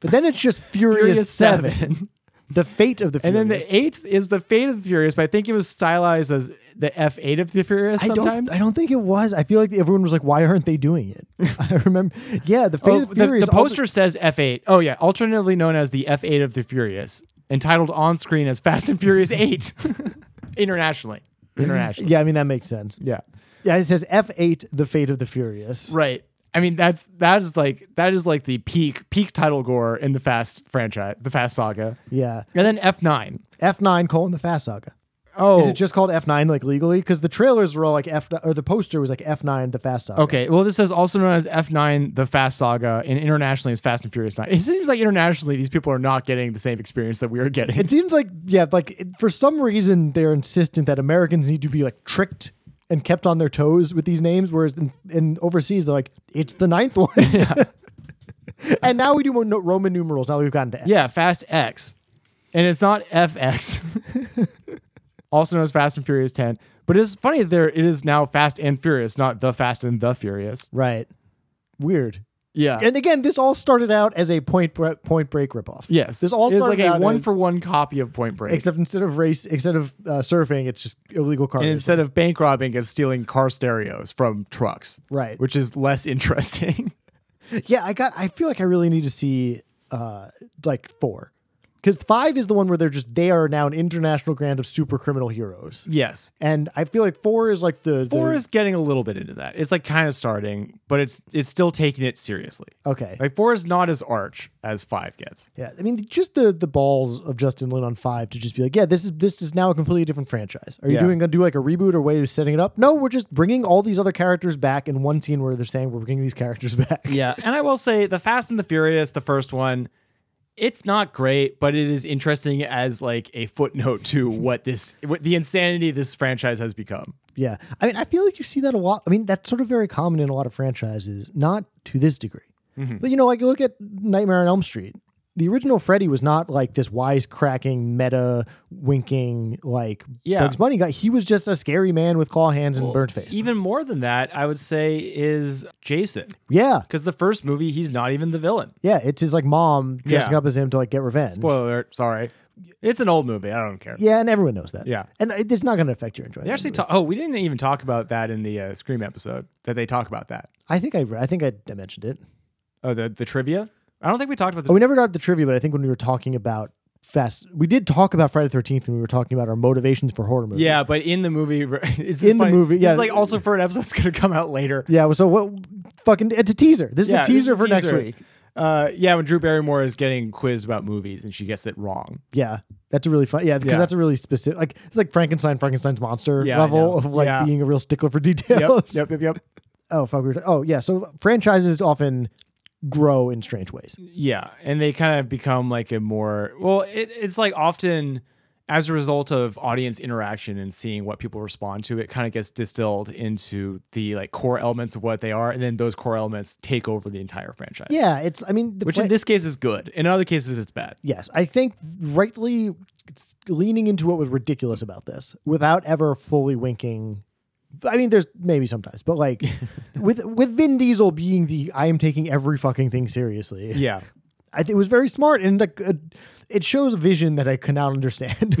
Speaker 3: but then it's just Furious,
Speaker 2: Furious
Speaker 3: Seven.
Speaker 2: Seven.
Speaker 3: The fate of the
Speaker 2: And
Speaker 3: Furious.
Speaker 2: then the eighth is the Fate of the Furious, but I think it was stylized as the F8 of the Furious
Speaker 3: I
Speaker 2: sometimes.
Speaker 3: don't. I don't think it was. I feel like everyone was like, "Why aren't they doing it?" I remember. Yeah, the fate
Speaker 2: Oh,
Speaker 3: of the
Speaker 2: the,
Speaker 3: Furious.
Speaker 2: the poster says F8. Oh, yeah. Alternatively known as the F8 of the Furious, entitled on screen as Fast and Furious 8 internationally. Internationally.
Speaker 3: yeah, I mean that makes sense.
Speaker 2: Yeah.
Speaker 3: Yeah, it says F eight, the fate of the Furious.
Speaker 2: Right. I mean, that's that is like that is like the peak peak title gore in the Fast franchise, the Fast saga.
Speaker 3: Yeah,
Speaker 2: And then F9.
Speaker 3: F nine colon the Fast Saga.
Speaker 2: Oh,
Speaker 3: Is it just called F nine like legally? Because the trailers were all like F or the poster was like F nine the Fast Saga.
Speaker 2: Okay, well, this is also known as F9, the Fast Saga, and internationally as Fast and Furious 9. It seems like internationally these people are not getting the same experience that we are getting.
Speaker 3: It seems like yeah, like it- for some reason they're insistent that Americans need to be like tricked and kept on their toes with these names, whereas in, in overseas they're like it's the ninth one. and now we do mo- Roman numerals. Now that we've gotten to F.
Speaker 2: Yeah, Fast X. And it's not FX. also known as Fast and Furious 10. But it's funny that there it is now Fast and Furious, not the Fast and the Furious.
Speaker 3: Right. Weird.
Speaker 2: Yeah.
Speaker 3: And again, this all started out as a Point Bre- Point Break ripoff.
Speaker 2: yes.
Speaker 3: this all
Speaker 2: it's
Speaker 3: started
Speaker 2: like a
Speaker 3: out
Speaker 2: one
Speaker 3: as-
Speaker 2: for one copy of Point Break.
Speaker 3: Except instead of race, instead of uh, surfing, it's just illegal car
Speaker 2: and
Speaker 3: racing.
Speaker 2: instead of bank robbing, it's stealing car stereos from trucks.
Speaker 3: Right.
Speaker 2: Which is less interesting.
Speaker 3: Yeah, I got. I feel like I really need to see uh like four, because five is the one where they're just they are now an international grand of super criminal heroes,
Speaker 2: yes.
Speaker 3: and I feel like four is like the
Speaker 2: four
Speaker 3: the-
Speaker 2: is getting a little bit into that. It's like kind of starting, but it's it's still taking it seriously.
Speaker 3: okay.
Speaker 2: Like four is not as arch as five gets.
Speaker 3: Yeah, I mean, just the the balls of Justin Lin on five to just be like, yeah, this is this is now a completely different franchise. Are you
Speaker 2: Yeah.
Speaker 3: doing gonna do like a reboot or way of setting it up? No, we're just bringing all these other characters back in one scene where they're saying we're bringing these characters back.
Speaker 2: Yeah, and I will say the Fast and the Furious, the first one, it's not great, but it is interesting as like a footnote to what this what the insanity this franchise has become.
Speaker 3: Yeah. I mean, I feel like you see that a lot. I mean, that's sort of very common in a lot of franchises, not to this degree.
Speaker 2: Mm-hmm.
Speaker 3: But, you know, like you look at Nightmare on Elm Street. The original Freddy was not like this wisecracking, meta winking, like
Speaker 2: Yeah.
Speaker 3: Bugs Bunny guy. He was just a scary man with claw hands and burnt face.
Speaker 2: Even more than that, I would say is Jason.
Speaker 3: yeah.
Speaker 2: Because the first movie, he's not even the villain.
Speaker 3: Yeah. It's his like mom dressing
Speaker 2: Yeah.
Speaker 3: up as him to like get revenge.
Speaker 2: Spoiler alert, sorry. It's an old movie. I don't care.
Speaker 3: yeah. And everyone knows that.
Speaker 2: Yeah.
Speaker 3: And it- it's not going to affect your enjoyment.
Speaker 2: They actually talk. Oh, we didn't even talk about that in the uh, Scream episode. That they talk about that.
Speaker 3: I think I, re- I think I I mentioned it.
Speaker 2: Oh, the the trivia. I don't think we talked about the.
Speaker 3: Oh, we never got the trivia, but I think when we were talking about Fast, we did talk about Friday the 13th when we were talking about our motivations for horror movies.
Speaker 2: yeah, but in the movie, it's
Speaker 3: In the
Speaker 2: funny.
Speaker 3: movie, yeah.
Speaker 2: It's like also for an episode that's going to come out later.
Speaker 3: Yeah. So what? Fucking, it's a teaser. This
Speaker 2: Yeah,
Speaker 3: is
Speaker 2: this
Speaker 3: a
Speaker 2: is
Speaker 3: teaser for next
Speaker 2: teaser.
Speaker 3: week.
Speaker 2: Uh, yeah, when Drew Barrymore is getting quizzed about movies and she gets it wrong.
Speaker 3: Yeah, that's a really fun. Yeah, because
Speaker 2: Yeah.
Speaker 3: that's a really specific. Like it's like Frankenstein, Frankenstein's monster
Speaker 2: Yeah, I know.
Speaker 3: level of like
Speaker 2: Yeah.
Speaker 3: being a real stickler for
Speaker 2: Yep,
Speaker 3: details.
Speaker 2: yep, yep, yep.
Speaker 3: Oh fuck. We were, oh yeah. So franchises often grow in strange ways.
Speaker 2: Yeah, and they kind of become like a more well. It, it's like often as a result of audience interaction and seeing what people respond to, it kind of gets distilled into the like core elements of what they are, and then those core elements take over the entire franchise.
Speaker 3: Yeah. It's. I mean, the
Speaker 2: which
Speaker 3: fran-
Speaker 2: in this case is good. In other cases, it's bad.
Speaker 3: Yes, I think rightly it's leaning into what was ridiculous about this without ever fully winking. I mean, there's maybe sometimes, but like with with Vin Diesel being the I am taking every fucking thing seriously.
Speaker 2: Yeah,
Speaker 3: I think it was very smart and like uh, it shows a vision that I could not understand.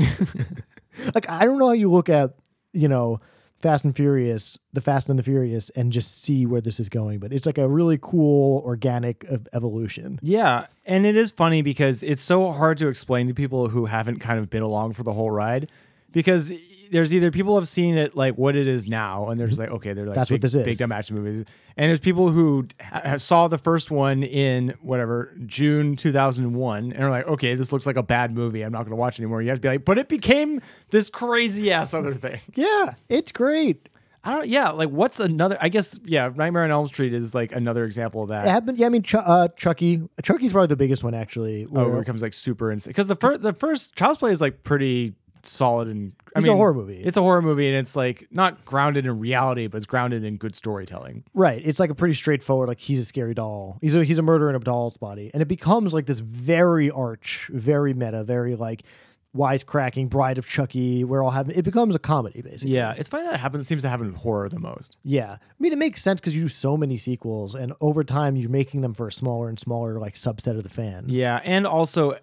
Speaker 3: like I don't know how you look at you know Fast and Furious, the Fast and the Furious, and just see where this is going, but it's like a really cool organic of evolution.
Speaker 2: yeah, and it is funny because it's so hard to explain to people who haven't kind of been along for the whole ride, because there's either people have seen it like what it is now, and they're just like, okay, they're like
Speaker 3: That's what
Speaker 2: big,
Speaker 3: this is.
Speaker 2: big dumb action movies, and there's people who ha- saw the first one in whatever June 2001, and are like, okay, this looks like a bad movie, I'm not going to watch it anymore. You have to be like, but it became this crazy ass other thing.
Speaker 3: Yeah, it's great.
Speaker 2: I don't. Yeah, like what's another? I guess yeah. Nightmare on Elm Street is like another example of that.
Speaker 3: It happened. Yeah, I mean, Ch- uh, Chucky. Chucky's probably the biggest one, actually.
Speaker 2: Oh,
Speaker 3: where-
Speaker 2: where it becomes like super insane. Because the first, the first Child's Play is like pretty solid and. I
Speaker 3: It's a
Speaker 2: mean,
Speaker 3: horror movie.
Speaker 2: It's a horror movie, and it's like not grounded in reality, but it's grounded in good storytelling.
Speaker 3: right. It's like a pretty straightforward. Like he's a scary doll. He's a he's a murderer in a doll's body, and it becomes like this very arch, very meta, very like wisecracking Bride of Chucky. We're all having. It becomes a comedy, basically.
Speaker 2: Yeah, it's funny that it happens. Seems to happen with horror the most.
Speaker 3: Yeah. I mean, it makes sense because you do so many sequels, and over time, you're making them for a smaller and smaller like subset of the fans.
Speaker 2: Yeah, and also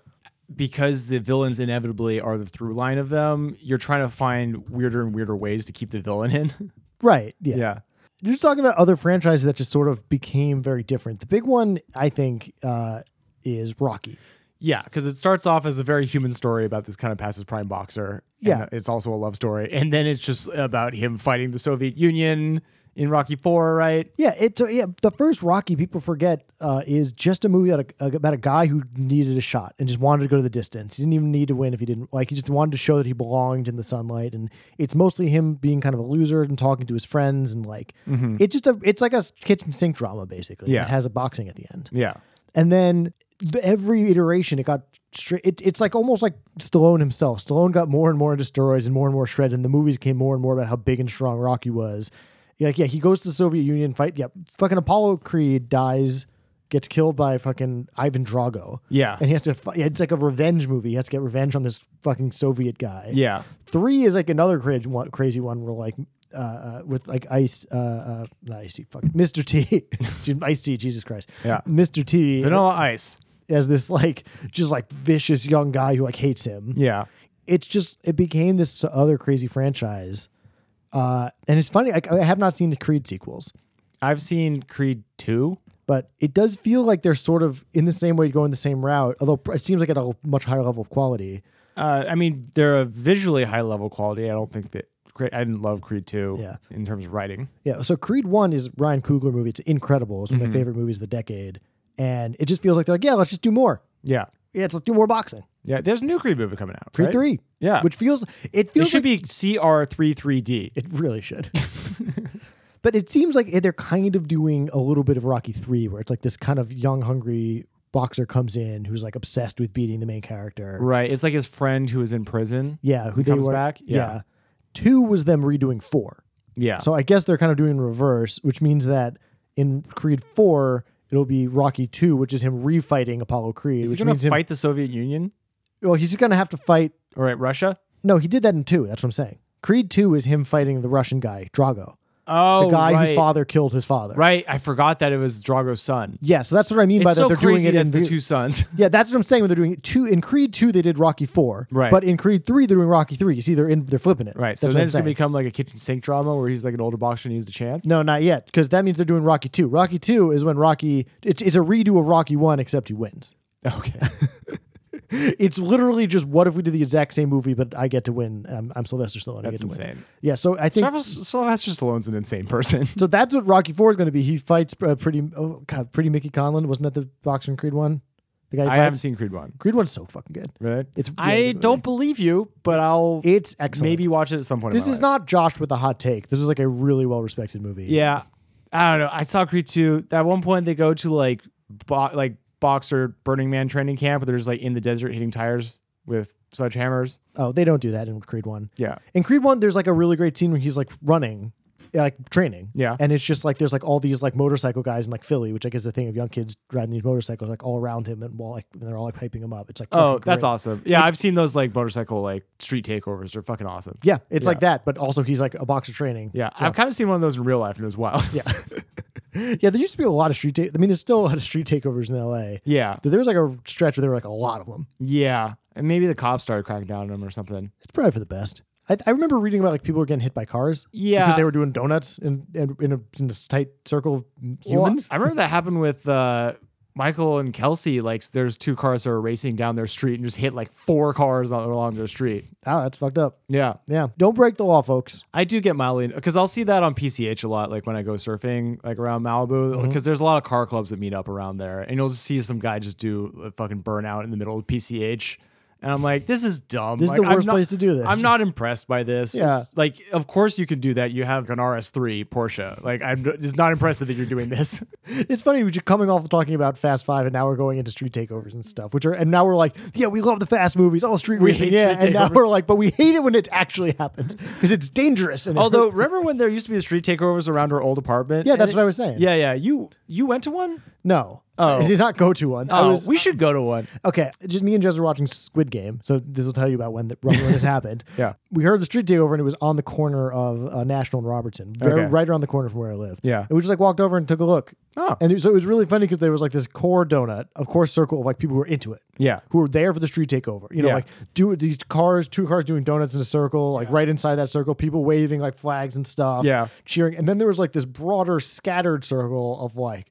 Speaker 2: because the villains inevitably are the through line of them, you're trying to find weirder and weirder ways to keep the villain in.
Speaker 3: Right. Yeah.
Speaker 2: yeah.
Speaker 3: You're just talking about other franchises that just sort of became very different. The big one, I think, uh, is Rocky.
Speaker 2: Yeah, because it starts off as a very human story about this kind of passes prime boxer. and
Speaker 3: Yeah.
Speaker 2: it's also a love story, and then it's just about him fighting the Soviet Union in Rocky Four, right?
Speaker 3: Yeah, it. uh, Yeah, the first Rocky people forget uh, is just a movie about a, about a guy who needed a shot and just wanted to go to the distance. He didn't even need to win if he didn't like. He just wanted to show that he belonged in the sunlight, and it's mostly him being kind of a loser and talking to his friends and like. It's just a. It's like a kitchen sink drama basically.
Speaker 2: Yeah.
Speaker 3: it has a boxing at the end.
Speaker 2: Yeah,
Speaker 3: And then th- every iteration, it got straight. It, it's like almost like Stallone himself. Stallone got more and more into steroids and more and more shredded, and the movies came more and more about how big and strong Rocky was. Yeah, Like, yeah, he goes to the Soviet Union fight. Yeah, fucking Apollo Creed dies, gets killed by fucking Ivan Drago.
Speaker 2: Yeah.
Speaker 3: and he has to. Fight. Yeah, it's like a revenge movie. He has to get revenge on this fucking Soviet guy.
Speaker 2: yeah,
Speaker 3: Three is like another crazy one, crazy one where like uh, uh, with like ice, uh, uh, not icy, fuck, Mr. T, Ice T, Jesus Christ,
Speaker 2: Yeah.
Speaker 3: Mr. T
Speaker 2: Vanilla Ice.
Speaker 3: as this like just like vicious young guy who like hates him.
Speaker 2: Yeah,
Speaker 3: It's just it became this other crazy franchise, uh, and it's funny. Like I have not seen the Creed sequels,
Speaker 2: I've seen Creed Two.
Speaker 3: but it does feel like they're sort of in the same way, going the same route. Although it seems like at a much higher level of quality.
Speaker 2: Uh, I mean, they're a visually high level quality. I don't think that. Creed- I didn't love Creed Two.
Speaker 3: Yeah.
Speaker 2: in terms of writing.
Speaker 3: Yeah. So Creed One is Ryan Coogler movie. It's incredible. It's one
Speaker 2: Mm-hmm.
Speaker 3: of my favorite movies of the decade, and it just feels like they're like, yeah, let's just do more.
Speaker 2: Yeah,
Speaker 3: Yeah, let's do more boxing.
Speaker 2: yeah. There's a new Creed movie coming out.
Speaker 3: Creed
Speaker 2: right?
Speaker 3: Three.
Speaker 2: Yeah.
Speaker 3: Which feels it
Speaker 2: It
Speaker 3: feels
Speaker 2: should
Speaker 3: like
Speaker 2: be CR three three D.
Speaker 3: It really should. but it seems like they're kind of doing a little bit of Rocky 3 where it's like this kind of young hungry boxer comes in who's like obsessed with beating the main character.
Speaker 2: Right. It's like his friend who was in prison.
Speaker 3: Yeah, who they
Speaker 2: comes
Speaker 3: were
Speaker 2: back?
Speaker 3: Yeah.
Speaker 2: Yeah.
Speaker 3: 2 was them redoing 4.
Speaker 2: Yeah.
Speaker 3: So I guess they're kind of doing reverse, which means that in Creed 4 it'll be Rocky 2, which is him refighting Apollo Creed,
Speaker 2: is he
Speaker 3: which
Speaker 2: going
Speaker 3: means
Speaker 2: to
Speaker 3: him
Speaker 2: fight the Soviet Union?
Speaker 3: well he's going to have to fight
Speaker 2: All right, Russia.
Speaker 3: No, he did that in 2, that's what I'm saying. Creed 2 is him fighting the Russian guy, Drago.
Speaker 2: Oh,
Speaker 3: The guy whose
Speaker 2: right.
Speaker 3: father killed his father.
Speaker 2: Right, I forgot that it was Drago's son.
Speaker 3: Yeah, so that's what I mean by
Speaker 2: it's
Speaker 3: that.
Speaker 2: so
Speaker 3: They're
Speaker 2: crazy
Speaker 3: doing it
Speaker 2: that's
Speaker 3: in
Speaker 2: the
Speaker 3: the-
Speaker 2: two sons.
Speaker 3: Yeah, that's what I'm saying. When they're doing it two in Creed two, they did Rocky four.
Speaker 2: Right.
Speaker 3: But in Creed three, they're doing Rocky three. You see, they're in they're flipping it.
Speaker 2: Right,
Speaker 3: That's
Speaker 2: so
Speaker 3: what
Speaker 2: then
Speaker 3: I'm
Speaker 2: it's gonna
Speaker 3: saying.
Speaker 2: become like a kitchen sink drama where he's like an older boxer and he needs a chance.
Speaker 3: no, not yet, because that means they're doing Rocky two. Rocky two is when Rocky it's it's a redo of Rocky one, except he wins.
Speaker 2: Okay.
Speaker 3: It's literally just what if we did the exact same movie, but I get to win. Um, I'm, I'm Sylvester Stallone. I
Speaker 2: That's
Speaker 3: get to win.
Speaker 2: insane.
Speaker 3: Yeah, so I think.
Speaker 2: Sylvester Sylvester Stallone's an insane person.
Speaker 3: so that's what Rocky Four is going to be. He fights uh, pretty, oh god, pretty Mickey Conlon. Wasn't that the boxer in Creed One? The guy. He
Speaker 2: I
Speaker 3: fights?
Speaker 2: haven't seen Creed One.
Speaker 3: Creed One's so fucking good.
Speaker 2: Right?
Speaker 3: It's really
Speaker 2: I
Speaker 3: good
Speaker 2: don't believe you, but I'll
Speaker 3: It's excellent.
Speaker 2: maybe watch it at some point. in
Speaker 3: This
Speaker 2: my
Speaker 3: is
Speaker 2: life.
Speaker 3: not Josh with a hot take. This is like a really well respected movie.
Speaker 2: Yeah, I don't know. I saw Creed Two. At one point, they go to like bo- like boxer Burning Man training camp, where they're just like in the desert hitting tires with sledgehammers.
Speaker 3: Oh, they don't do that in Creed One.
Speaker 2: Yeah.
Speaker 3: In Creed One, there's like a really great scene where he's like running, yeah, like training.
Speaker 2: Yeah.
Speaker 3: And it's just like there's like all these like motorcycle guys in like Philly, which I guess is the thing of young kids driving these motorcycles like all around him and while like and they're all like hyping him up. It's like
Speaker 2: Oh,
Speaker 3: fucking
Speaker 2: that's
Speaker 3: great.
Speaker 2: awesome. Yeah, I've seen those like motorcycle like street takeovers. They're fucking awesome.
Speaker 3: Yeah, it's like that, but also he's like a boxer training.
Speaker 2: Yeah, I've kind of seen one of those in real life and it was wild. Yeah.
Speaker 3: yeah. There used to be a lot of street. Ta- I mean, there's still a lot of street takeovers in L.A.
Speaker 2: Yeah.
Speaker 3: There was like a stretch where there were like a lot of them.
Speaker 2: Yeah. And maybe the cops started cracking down on them or something.
Speaker 3: It's probably for the best. I, I remember reading about like people were getting hit by cars.
Speaker 2: Yeah.
Speaker 3: because they were doing donuts in in, in, a, in this tight circle of
Speaker 2: Well,
Speaker 3: humans.
Speaker 2: I remember that happened with uh, Michael and Kelsey. Like, there's two cars that are racing down their street and just hit like four cars all- along their street.
Speaker 3: oh, that's fucked up.
Speaker 2: Yeah.
Speaker 3: Yeah, don't break the law, folks.
Speaker 2: I do get mildly because I'll see that on PCH a lot, like when I go surfing, like around Malibu,
Speaker 3: Mm-hmm.
Speaker 2: because there's a lot of car clubs that meet up around there, and you'll just see some guy just do a fucking burnout in the middle of PCH, and I'm like, this is dumb.
Speaker 3: This is
Speaker 2: Like,
Speaker 3: the
Speaker 2: I'm
Speaker 3: worst
Speaker 2: not-
Speaker 3: place to do this.
Speaker 2: I'm not impressed by this.
Speaker 3: Yeah.
Speaker 2: It's like, of course you can do that. You have an RS3 Porsche. Like, I'm just not impressed that you're doing this.
Speaker 3: It's funny we're just coming off talking about Fast Five, and now we're going into street takeovers and stuff, which are and now we're like, yeah, we love the fast movies, all street
Speaker 2: We
Speaker 3: racing,
Speaker 2: hate
Speaker 3: yeah,
Speaker 2: street
Speaker 3: and now
Speaker 2: takeovers.
Speaker 3: we're like, but we hate it when it actually happens because it's dangerous. And it
Speaker 2: Although,
Speaker 3: hurt-
Speaker 2: remember when there used to be street takeovers around our old apartment?
Speaker 3: Yeah,
Speaker 2: And
Speaker 3: that's
Speaker 2: it-
Speaker 3: what I was saying.
Speaker 2: Yeah, yeah. You you went to one?
Speaker 3: no,
Speaker 2: Oh.
Speaker 3: I did not go to one. I
Speaker 2: Oh,
Speaker 3: was-
Speaker 2: we should go to one.
Speaker 3: Okay, just me and Jess were watching Squid Game, so this will tell you about when the, roughly when this happened.
Speaker 2: Yeah.
Speaker 3: we heard the street takeover, and it was on the corner of uh, National and Robertson, very,
Speaker 2: Okay.
Speaker 3: right around the corner from where I live.
Speaker 2: Yeah.
Speaker 3: and we just like walked over and took a look.
Speaker 2: Oh.
Speaker 3: and it- so it was really funny because there was like this core donut, of course, circle of like people who were into it.
Speaker 2: Yeah.
Speaker 3: who were there for the street takeover. You know,
Speaker 2: Yeah.
Speaker 3: like do these cars, two cars doing donuts in a circle, like right inside that circle, people waving like flags and stuff.
Speaker 2: Yeah.
Speaker 3: cheering, and then there was like this broader scattered circle of like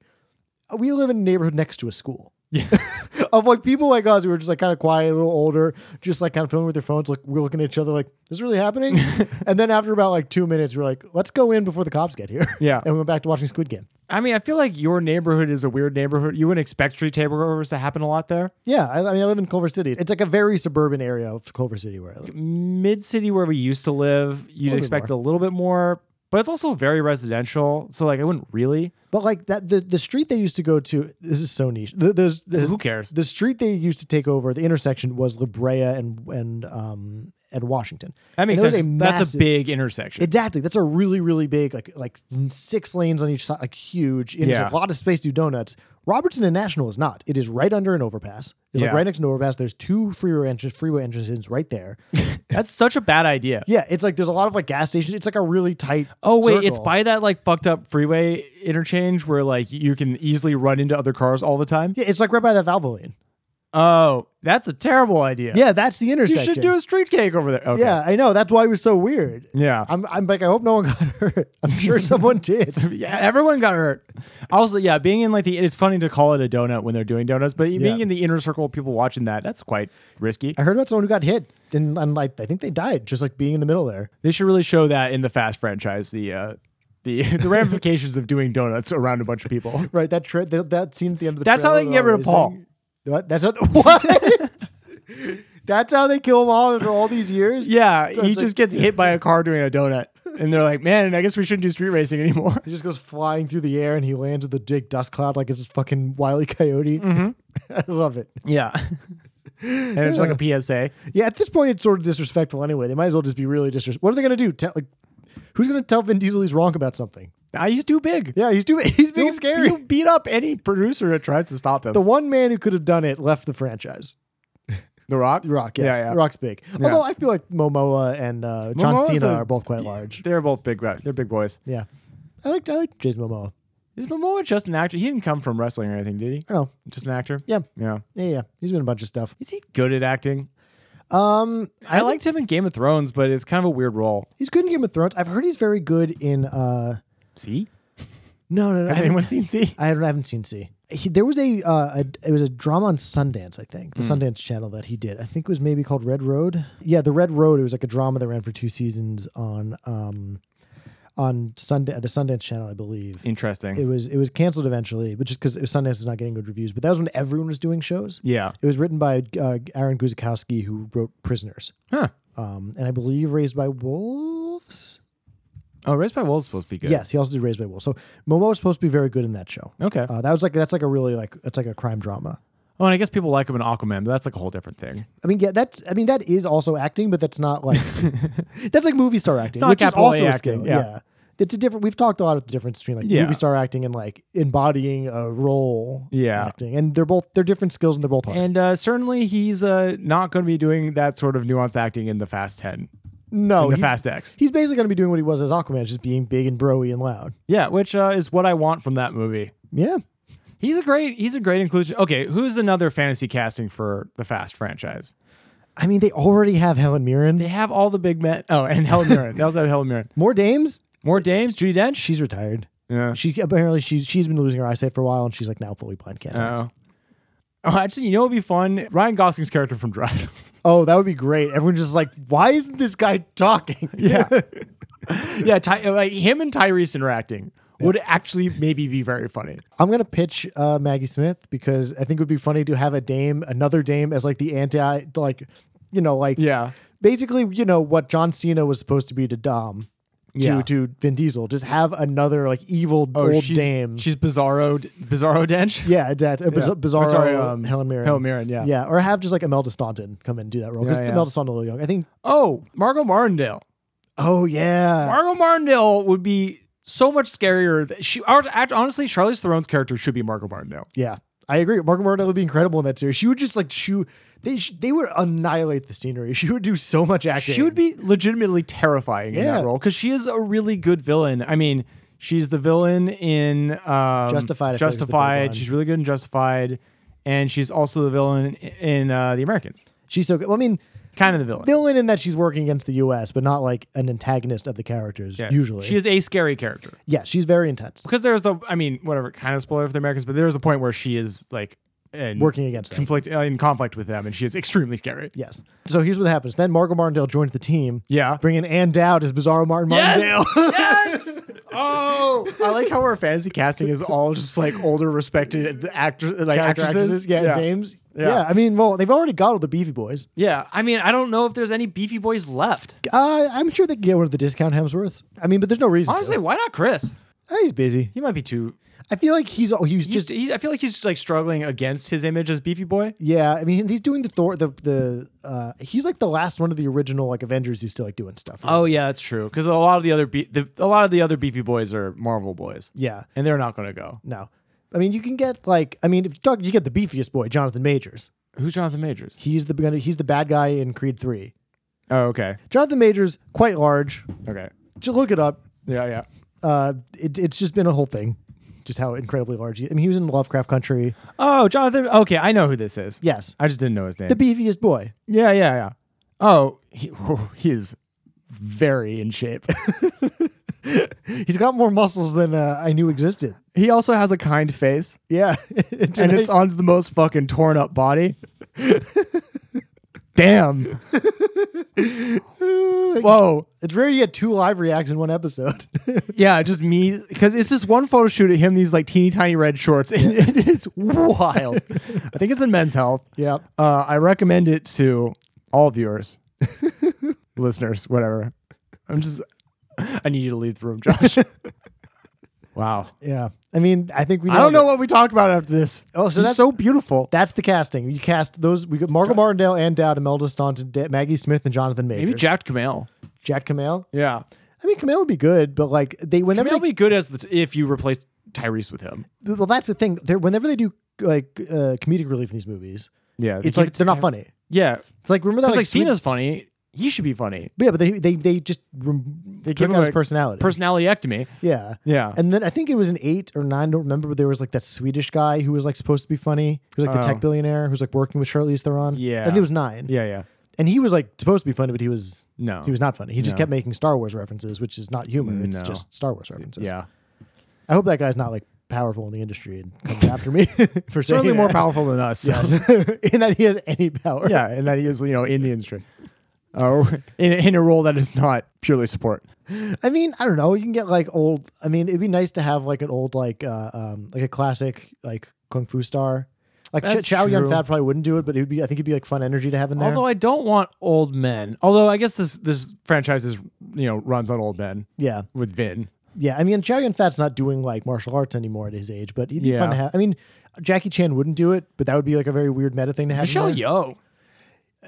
Speaker 3: we live in a neighborhood next to a school. Yeah. of like people like us who are just like kind of quiet, a little older, just like kind of filming with their phones. Like we're looking at each other like, is this really happening? and then after about like two minutes, we're like, let's go in before the cops get here.
Speaker 2: Yeah.
Speaker 3: and we went back to watching Squid Game.
Speaker 2: I mean, I feel like your neighborhood is a weird neighborhood. You wouldn't expect street takeovers to happen a lot there.
Speaker 3: Yeah. I, I mean, I live in Culver City. It's like a very suburban area of Culver City where I live.
Speaker 2: Mid city where we used to live, you'd
Speaker 3: bit
Speaker 2: expect a little bit more, but it's also very residential. So like, I wouldn't really.
Speaker 3: But like that, the, the street they used to go to, this is so niche. The, there's, there's,
Speaker 2: Who cares?
Speaker 3: The street they used to take over, the intersection was La Brea and, and, um, and Washington.
Speaker 2: That makes
Speaker 3: And it was
Speaker 2: sense. That's a
Speaker 3: massive-
Speaker 2: big intersection.
Speaker 3: Exactly. That's a really, really big, like like six lanes on each side, like huge. And
Speaker 2: Yeah.
Speaker 3: There's a lot of space to do donuts. Robertson and National is not. It is right under an overpass. It's
Speaker 2: Yeah.
Speaker 3: like right next to an overpass. There's two freeway entrances, freeway entrances right there.
Speaker 2: That's such a bad idea.
Speaker 3: yeah, it's like there's a lot of like gas stations. It's like a really tight.
Speaker 2: Oh wait, it's
Speaker 3: circle.
Speaker 2: by that like fucked up freeway interchange where like you can easily run into other cars all the time.
Speaker 3: Yeah, it's like right by that Valvoline.
Speaker 2: Oh, that's a terrible idea.
Speaker 3: Yeah, that's the
Speaker 2: you
Speaker 3: intersection.
Speaker 2: should do a street cake over there. Okay.
Speaker 3: Yeah, I know. That's why it was so weird.
Speaker 2: Yeah.
Speaker 3: I'm, I'm like, I hope no one got hurt. I'm sure someone did.
Speaker 2: yeah, everyone got hurt. Also, yeah, being in like the it's funny to call it a donut when they're doing donuts, but being in the inner circle of people watching that, that's quite risky.
Speaker 3: I heard about someone who got hit, and, and like, I think they died just like being in the middle there.
Speaker 2: They should really show that in the fast franchise, the uh the the ramifications of doing donuts around a bunch of people.
Speaker 3: Right, that tra- that, that scene at the end of the
Speaker 2: That's how they
Speaker 3: trailer
Speaker 2: can get rid of
Speaker 3: where
Speaker 2: Paul.
Speaker 3: he's like- What? That's how what? That's how they kill him all after all these years.
Speaker 2: Yeah,
Speaker 3: So
Speaker 2: he
Speaker 3: it's
Speaker 2: just
Speaker 3: like-
Speaker 2: gets hit by a car doing a donut. And they're like, Man, I guess we shouldn't do street racing anymore.
Speaker 3: he just goes flying through the air and he lands with the big dust cloud like it's a fucking wily coyote.
Speaker 2: Mm-hmm.
Speaker 3: I love it.
Speaker 2: Yeah. and it's like a PSA.
Speaker 3: Yeah, at this point it's sort of disrespectful anyway. They might as well just be really disrespectful. What are they gonna do? Tell, like, who's gonna tell Vin Diesel he's wrong about something?
Speaker 2: Ah, he's too big.
Speaker 3: Yeah, he's doing he's being
Speaker 2: He'll-
Speaker 3: scary.
Speaker 2: He'll beat up any producer that tries to stop him.
Speaker 3: the one man who could have done it left the franchise.
Speaker 2: The Rock?
Speaker 3: The Rock, yeah,
Speaker 2: Yeah, yeah.
Speaker 3: The Rock's big. Although I feel like Momoa and uh, John
Speaker 2: Momoa's
Speaker 3: Cena
Speaker 2: a-
Speaker 3: are both quite large.
Speaker 2: They're both big guys. They're big boys.
Speaker 3: Yeah. I like I like Jason Momoa.
Speaker 2: Is Momoa just an actor? He didn't come from wrestling or anything, did he?
Speaker 3: I don't know.
Speaker 2: Just an actor?
Speaker 3: Yeah.
Speaker 2: Yeah.
Speaker 3: Yeah, yeah. He's been in a bunch of stuff.
Speaker 2: Is he good at acting?
Speaker 3: Um
Speaker 2: I, liked him in Game of Thrones, but it's kind of a weird role.
Speaker 3: he's good in Game of Thrones. I've heard he's very good in uh
Speaker 2: See?
Speaker 3: no no no. I
Speaker 2: Has
Speaker 3: haven't-
Speaker 2: anyone seen C?
Speaker 3: I haven't, I haven't seen C. He, there was a, uh, a it was a drama on Sundance, I think, the Sundance channel that he did. I think it was maybe called Red Road. Yeah, the Red Road. It was like a drama that ran for two seasons on um on Sundance the Sundance channel, I believe.
Speaker 2: Interesting.
Speaker 3: It was it was canceled eventually, but just because Sundance is not getting good reviews. But that was when everyone was doing shows.
Speaker 2: yeah.
Speaker 3: It was written by uh, Aaron Guzikowski, who wrote Prisoners,
Speaker 2: Huh.
Speaker 3: um, and I believe Raised by Wolves.
Speaker 2: Oh, Raised by Wolves is supposed to be good.
Speaker 3: Yes, he also did Raised by Wolves. So Momo was supposed to be very good in that show.
Speaker 2: Okay.
Speaker 3: Uh, that was like that's like a really like it's like a crime drama.
Speaker 2: oh, and I guess people like him in Aquaman, but that's like a whole different thing.
Speaker 3: I mean, yeah, that's I mean that is also acting, but that's not like that's like movie star acting,
Speaker 2: not
Speaker 3: which is
Speaker 2: capital A
Speaker 3: also a
Speaker 2: acting,
Speaker 3: skill.
Speaker 2: yeah.
Speaker 3: Yeah. It's a different. We've talked a lot of the difference between like
Speaker 2: Yeah.
Speaker 3: movie star acting and like embodying a role.
Speaker 2: Yeah.
Speaker 3: acting, and they're both they're different skills and they're both hard.
Speaker 2: And uh, certainly he's uh, not going to be doing that sort of nuanced acting in the Fast 10.
Speaker 3: no,
Speaker 2: in the
Speaker 3: he's-
Speaker 2: Fast X.
Speaker 3: He's basically going to be doing what he was as Aquaman, just being big and broy and loud.
Speaker 2: Yeah, which uh, is what I want from that movie.
Speaker 3: Yeah.
Speaker 2: He's a great he's a great inclusion. Okay, who's another fantasy casting for the Fast franchise?
Speaker 3: I mean, they already have Helen
Speaker 2: They
Speaker 3: Mirren.
Speaker 2: have all the big men. Oh, and Helen Mirren. they also have Helen Mirren.
Speaker 3: More dames.
Speaker 2: More Dames, Judy Dench.
Speaker 3: She's retired.
Speaker 2: yeah.
Speaker 3: She apparently she's she's been losing her eyesight for a while, and she's like now fully blind.
Speaker 2: Oh.
Speaker 3: Can't. act.
Speaker 2: Oh, actually, you know what'd be fun? Ryan Gosling's character from Drive.
Speaker 3: Oh, that would be great. Everyone's just like, why isn't this guy talking?
Speaker 2: yeah. yeah, Ty- like him and Tyrese interacting would actually maybe be very funny.
Speaker 3: I'm gonna pitch uh, Maggie Smith because I think it would be funny to have a dame, another dame, as like the anti, like you know, like
Speaker 2: Yeah.
Speaker 3: basically you know what John Cena was supposed to be to Dom, to
Speaker 2: Yeah.
Speaker 3: to Vin Diesel. Just have another like evil old
Speaker 2: Oh, she's,
Speaker 3: dame.
Speaker 2: She's Bizarro Bizarro Dench.
Speaker 3: yeah, exactly. Uh, Biz-
Speaker 2: Yeah.
Speaker 3: Bizarro,
Speaker 2: Sorry, um,
Speaker 3: um, Helen Mirren.
Speaker 2: Helen Mirren, yeah.
Speaker 3: yeah, or have just like Imelda Staunton come in and do that role because
Speaker 2: Yeah, yeah.
Speaker 3: Imelda Staunton a little young. I think.
Speaker 2: Oh, Margot Martindale.
Speaker 3: Oh yeah,
Speaker 2: Margot Martindale would be so much scarier. That she, honestly, Charlize Theron's character should be Margot Martindale.
Speaker 3: yeah. I agree. Margaret Martin would be incredible in that series. She would just like shoot. They sh- they would annihilate the scenery. She would do so much acting.
Speaker 2: She would be legitimately terrifying in
Speaker 3: Yeah.
Speaker 2: that role because she is a really good villain. I mean, she's the villain in um,
Speaker 3: Justified, I feel like, is the big one.
Speaker 2: Justified. She's really good in Justified, and she's also the villain in uh, The Americans.
Speaker 3: She's so good. Well, I mean,
Speaker 2: Kind of the villain.
Speaker 3: villain in that she's working against the U.S., but not like an antagonist of the characters.
Speaker 2: Yeah.
Speaker 3: Usually,
Speaker 2: she is a scary character
Speaker 3: Yeah, she's very intense.
Speaker 2: because there's the. I mean, whatever kind of spoiler for The Americans, but there's a point where she is like in
Speaker 3: Working against them.
Speaker 2: conflict uh, in conflict with them, and she is extremely scary.
Speaker 3: Yes. So here's what happens. Then Margot Martindale joins the team.
Speaker 2: Yeah.
Speaker 3: Bringing Ann Dowd as Bizarro Martin Martindale.
Speaker 2: yes. Oh, I like how our fantasy casting is all just like older, respected actors, like
Speaker 3: Character
Speaker 2: actresses.
Speaker 3: actresses, yeah,
Speaker 2: yeah.
Speaker 3: Dames. Yeah.
Speaker 2: Yeah.
Speaker 3: I mean, well, they've already got all the Beefy Boys.
Speaker 2: Yeah, I mean, I don't know if there's any beefy boys left.
Speaker 3: Uh, I'm sure they can get one of the discount Hemsworths. I mean, but there's no reason.
Speaker 2: Honestly,
Speaker 3: to.
Speaker 2: why not Chris?
Speaker 3: Eh, he's busy.
Speaker 2: He might be too.
Speaker 3: I feel like he's oh, he's
Speaker 2: Just,
Speaker 3: just
Speaker 2: he's, I feel like he's just like struggling against his image as beefy boy.
Speaker 3: yeah. I mean, he's doing the Thor the the uh, he's like the last one of the original like Avengers who's still like doing stuff.
Speaker 2: Oh yeah, that's true. Because a lot of the other be- the, a lot of the other beefy boys are Marvel boys.
Speaker 3: yeah.
Speaker 2: and they're not going to go.
Speaker 3: No, I mean you can get like I mean if you talk you get the beefiest boy Jonathan Majors.
Speaker 2: Who's Jonathan Majors?
Speaker 3: He's the he's the bad guy in Creed Three.
Speaker 2: Oh okay,
Speaker 3: Jonathan Majors, quite large.
Speaker 2: okay,
Speaker 3: Just look it up.
Speaker 2: yeah, yeah.
Speaker 3: Uh, it, it's just been a whole thing, just how incredibly large. He, I mean, he was in Lovecraft Country.
Speaker 2: Oh Jonathan. Okay, I know who this is.
Speaker 3: Yes,
Speaker 2: I just didn't know his name.
Speaker 3: the beefiest boy.
Speaker 2: yeah, yeah, yeah. Oh, he, whoa, he is very in shape.
Speaker 3: He's got more muscles than uh, I knew existed.
Speaker 2: he also has a kind face.
Speaker 3: Yeah,
Speaker 2: and it's on the most fucking torn up body. Damn. Whoa.
Speaker 3: it's rare you get two live reacts in one episode.
Speaker 2: Yeah, just me. Because it's just one photo shoot of him, in these like teeny tiny red shorts. And it is wild. I think it's in Men's Health.
Speaker 3: Yep.
Speaker 2: Uh, I recommend it to all viewers, listeners, whatever. I'm just, I need you to leave the room, Josh. wow.
Speaker 3: yeah, I mean, I think we.
Speaker 2: I don't
Speaker 3: nailed it.
Speaker 2: know what we talk about after this.
Speaker 3: Oh, so
Speaker 2: He's
Speaker 3: that's-
Speaker 2: so beautiful.
Speaker 3: That's the casting. You cast those. We got Margot Martindale, Ann Dowd, Imelda Staunton, Da- Maggie Smith, and Jonathan Majors.
Speaker 2: Maybe Jack Kamel.
Speaker 3: Jack Kamel.
Speaker 2: Yeah.
Speaker 3: I mean, Kamel would be good, but like they whenever
Speaker 2: Kamel
Speaker 3: they,
Speaker 2: be good as the, if you replace Tyrese with him.
Speaker 3: well, that's the thing. They're, whenever they do like uh, comedic relief in these movies,
Speaker 2: Yeah,
Speaker 3: it's like they're not funny.
Speaker 2: Yeah,
Speaker 3: It's like remember that
Speaker 2: because like
Speaker 3: Sweet-
Speaker 2: Cena's funny. He should be funny.
Speaker 3: but yeah, but they they they just rem-
Speaker 2: They
Speaker 3: took
Speaker 2: give
Speaker 3: out
Speaker 2: him
Speaker 3: his
Speaker 2: a
Speaker 3: personality.
Speaker 2: Personality-ectomy.
Speaker 3: yeah.
Speaker 2: Yeah.
Speaker 3: And then I think it was an eight or nine. I don't remember. But there was like that Swedish guy who was like supposed to be funny. He was like the
Speaker 2: Oh.
Speaker 3: tech billionaire who's like working with Charlize Theron.
Speaker 2: Yeah.
Speaker 3: I think it was nine.
Speaker 2: Yeah, yeah.
Speaker 3: and he was like supposed to be funny, but he was
Speaker 2: No.
Speaker 3: he was not funny. He just
Speaker 2: No.
Speaker 3: kept making Star Wars references, which is not humor. It's
Speaker 2: No.
Speaker 3: just Star Wars references.
Speaker 2: Yeah.
Speaker 3: I hope that guy's not like powerful in the industry and comes after me for saying
Speaker 2: Certainly more
Speaker 3: that.
Speaker 2: powerful than us. so-
Speaker 3: Yes. in that he has any power.
Speaker 2: yeah, and that he is, you know, in the industry. Or in, in a role that is not purely support.
Speaker 3: I mean, I don't know. You can get like old. I mean, it'd be nice to have like an old like uh, um like a classic like kung fu star. Like Ch-
Speaker 2: That's
Speaker 3: Chow Yun
Speaker 2: true.
Speaker 3: Fat probably wouldn't do it, but it would be. I think it'd be like fun energy to have in there.
Speaker 2: Although I don't want old men. Although I guess this this franchise is you know runs on old men
Speaker 3: yeah,
Speaker 2: with Vin.
Speaker 3: yeah. I mean, Chow Yun Fat's not doing like martial arts anymore at his age, but it'd be
Speaker 2: Yeah.
Speaker 3: fun to have. I mean, Jackie Chan wouldn't do it, but that would be like a very weird meta thing to have. in
Speaker 2: Michelle
Speaker 3: there.
Speaker 2: Yeoh.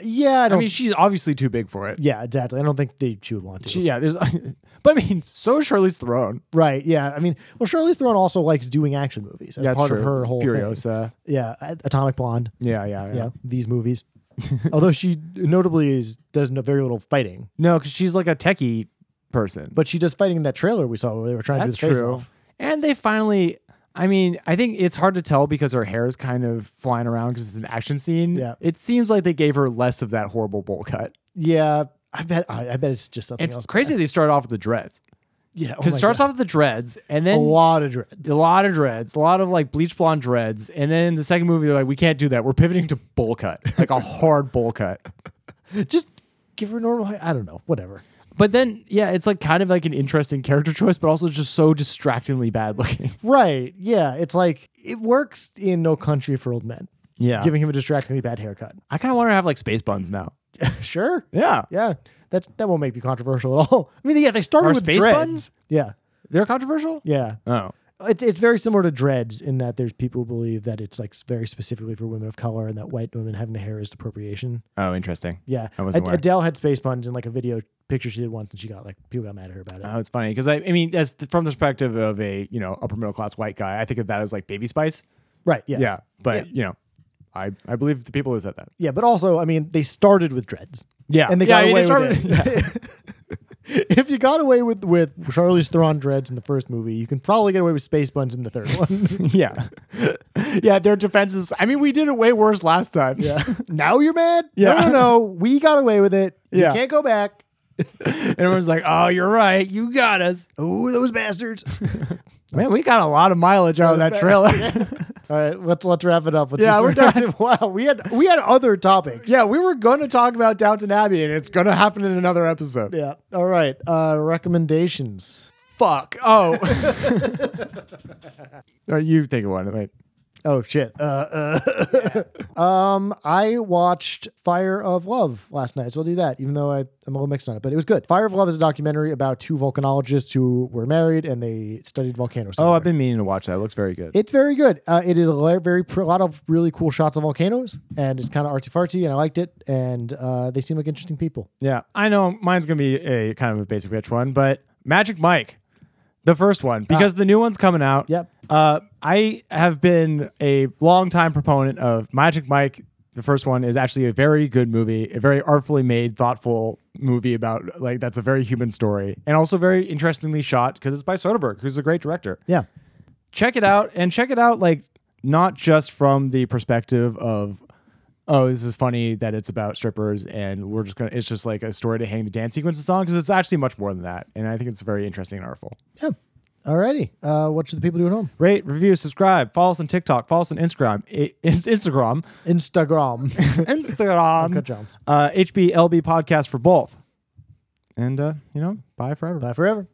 Speaker 3: Yeah, I
Speaker 2: I
Speaker 3: don't.
Speaker 2: mean, she's obviously too big for it.
Speaker 3: yeah, exactly. I don't think they she would want to.
Speaker 2: She- yeah there's, but I mean, so is Charlize Theron.
Speaker 3: right? Yeah. I mean, well, Charlize Theron also likes doing action movies as
Speaker 2: That's
Speaker 3: part of
Speaker 2: true.
Speaker 3: her whole thing.
Speaker 2: Furiosa.
Speaker 3: Yeah, A- Atomic Blonde.
Speaker 2: Yeah, yeah, yeah.
Speaker 3: yeah, these movies. Although she notably is does no- very little fighting,
Speaker 2: No, because she's like a techie person.
Speaker 3: but she does fighting in that trailer we saw where they were trying
Speaker 2: that's
Speaker 3: to do the face
Speaker 2: true.
Speaker 3: off.
Speaker 2: And they finally, I mean, I think it's hard to tell because her hair is kind of flying around because it's an action scene.
Speaker 3: Yeah.
Speaker 2: It seems like they gave her less of that horrible bowl cut.
Speaker 3: Yeah, I bet I, I bet it's just something
Speaker 2: It's
Speaker 3: else.
Speaker 2: crazy they start off with the dreads.
Speaker 3: Yeah,
Speaker 2: Because it starts off with the dreads and
Speaker 3: Oh a
Speaker 2: then
Speaker 3: lot of dreads.
Speaker 2: a lot of dreads, a lot of like bleach blonde dreads. And then in the second movie, they're like, we can't do that. We're pivoting to bowl cut, like a hard bowl cut.
Speaker 3: Just give her normal. hair. I don't know, whatever.
Speaker 2: But then, yeah, it's like kind of like an interesting character choice, but also just so distractingly bad looking.
Speaker 3: Right? Yeah, it's like it works in No Country for Old Men,
Speaker 2: Yeah.
Speaker 3: giving him a distractingly bad haircut.
Speaker 2: I kind of want her to have like space buns now.
Speaker 3: sure.
Speaker 2: Yeah.
Speaker 3: Yeah, that that won't make you controversial at all. I mean, yeah, they started
Speaker 2: Are
Speaker 3: with
Speaker 2: space
Speaker 3: dreads.
Speaker 2: buns?
Speaker 3: Yeah,
Speaker 2: They're controversial?
Speaker 3: yeah.
Speaker 2: Oh.
Speaker 3: It's it's very similar to dreads in that there's people who believe that it's like very specifically for women of color and that white women having the hair is appropriation.
Speaker 2: Oh, interesting.
Speaker 3: Yeah,
Speaker 2: I wasn't
Speaker 3: Ad-
Speaker 2: aware.
Speaker 3: Adele had space buns in like a video picture she did once, and she got like people got mad at her about it.
Speaker 2: Oh, it's funny because I, I mean, as th- from the perspective of a you know upper middle class white guy, I think of that as like Baby Spice.
Speaker 3: Right. Yeah.
Speaker 2: Yeah, but you know, I I believe the people who said that.
Speaker 3: Yeah, But also, I mean, they started with dreads.
Speaker 2: Yeah.
Speaker 3: And they
Speaker 2: Yeah,
Speaker 3: got
Speaker 2: I mean,
Speaker 3: away
Speaker 2: they
Speaker 3: with it. if you got away with with Charlize Theron dreads in the first movie, you can probably get away with space buns in the third one.
Speaker 2: Yeah, yeah. Their defenses. I mean, we did it way worse last time.
Speaker 3: yeah. Now you're mad?
Speaker 2: Yeah.
Speaker 3: No, no, no. We got away with it.
Speaker 2: Yeah.
Speaker 3: You can't go back.
Speaker 2: and everyone's like, "Oh, you're right. You got us."
Speaker 3: Oh, those bastards.
Speaker 2: Man, we got a lot of mileage out of that trailer. Yeah,
Speaker 3: All right, let's let's wrap it up. Let's
Speaker 2: Yeah,
Speaker 3: just-
Speaker 2: we're done.
Speaker 3: wow, we had we had other topics.
Speaker 2: we were going to talk about Downton Abbey, and it's going to happen in another episode.
Speaker 3: Yeah. All right. Uh recommendations.
Speaker 2: Fuck. Oh. Or you take one. Wait.
Speaker 3: Oh shit. Uh, uh um I watched Fire of Love last night, so I'll do that, even though I, I'm a little mixed on it, but it was good. Fire of Love is a documentary about two volcanologists who were married and they studied volcanoes.
Speaker 2: Oh,
Speaker 3: together.
Speaker 2: I've been meaning to watch that. It looks very good.
Speaker 3: It's very good. Uh, it is a li- very pr- a lot of really cool shots of volcanoes, and it's kind of artsy fartsy, and I liked it. And uh, they seem like interesting people.
Speaker 2: yeah, I know mine's going to be a kind of a basic bitch one, but Magic Mike, the first one, because the new one's coming out.
Speaker 3: Yep.
Speaker 2: Uh, I have been a longtime proponent of Magic Mike. The first one is actually a very good movie, a very artfully made, thoughtful movie about like that's a very human story, and also very interestingly shot because it's by Soderbergh, who's a great director.
Speaker 3: Yeah.
Speaker 2: check it out and check it out like not just from the perspective of oh this is funny that it's about strippers and we're just gonna it's just like a story to hang the dance sequences on because it's actually much more than that and i think it's very interesting and artful
Speaker 3: Yeah. Alrighty. Uh, what should the people do at home?
Speaker 2: rate review subscribe follow us on tiktok follow us on instagram I- in- instagram
Speaker 3: Instagram. Good
Speaker 2: instagram
Speaker 3: job.
Speaker 2: uh hblb podcast for both and uh you know bye forever
Speaker 3: Bye forever.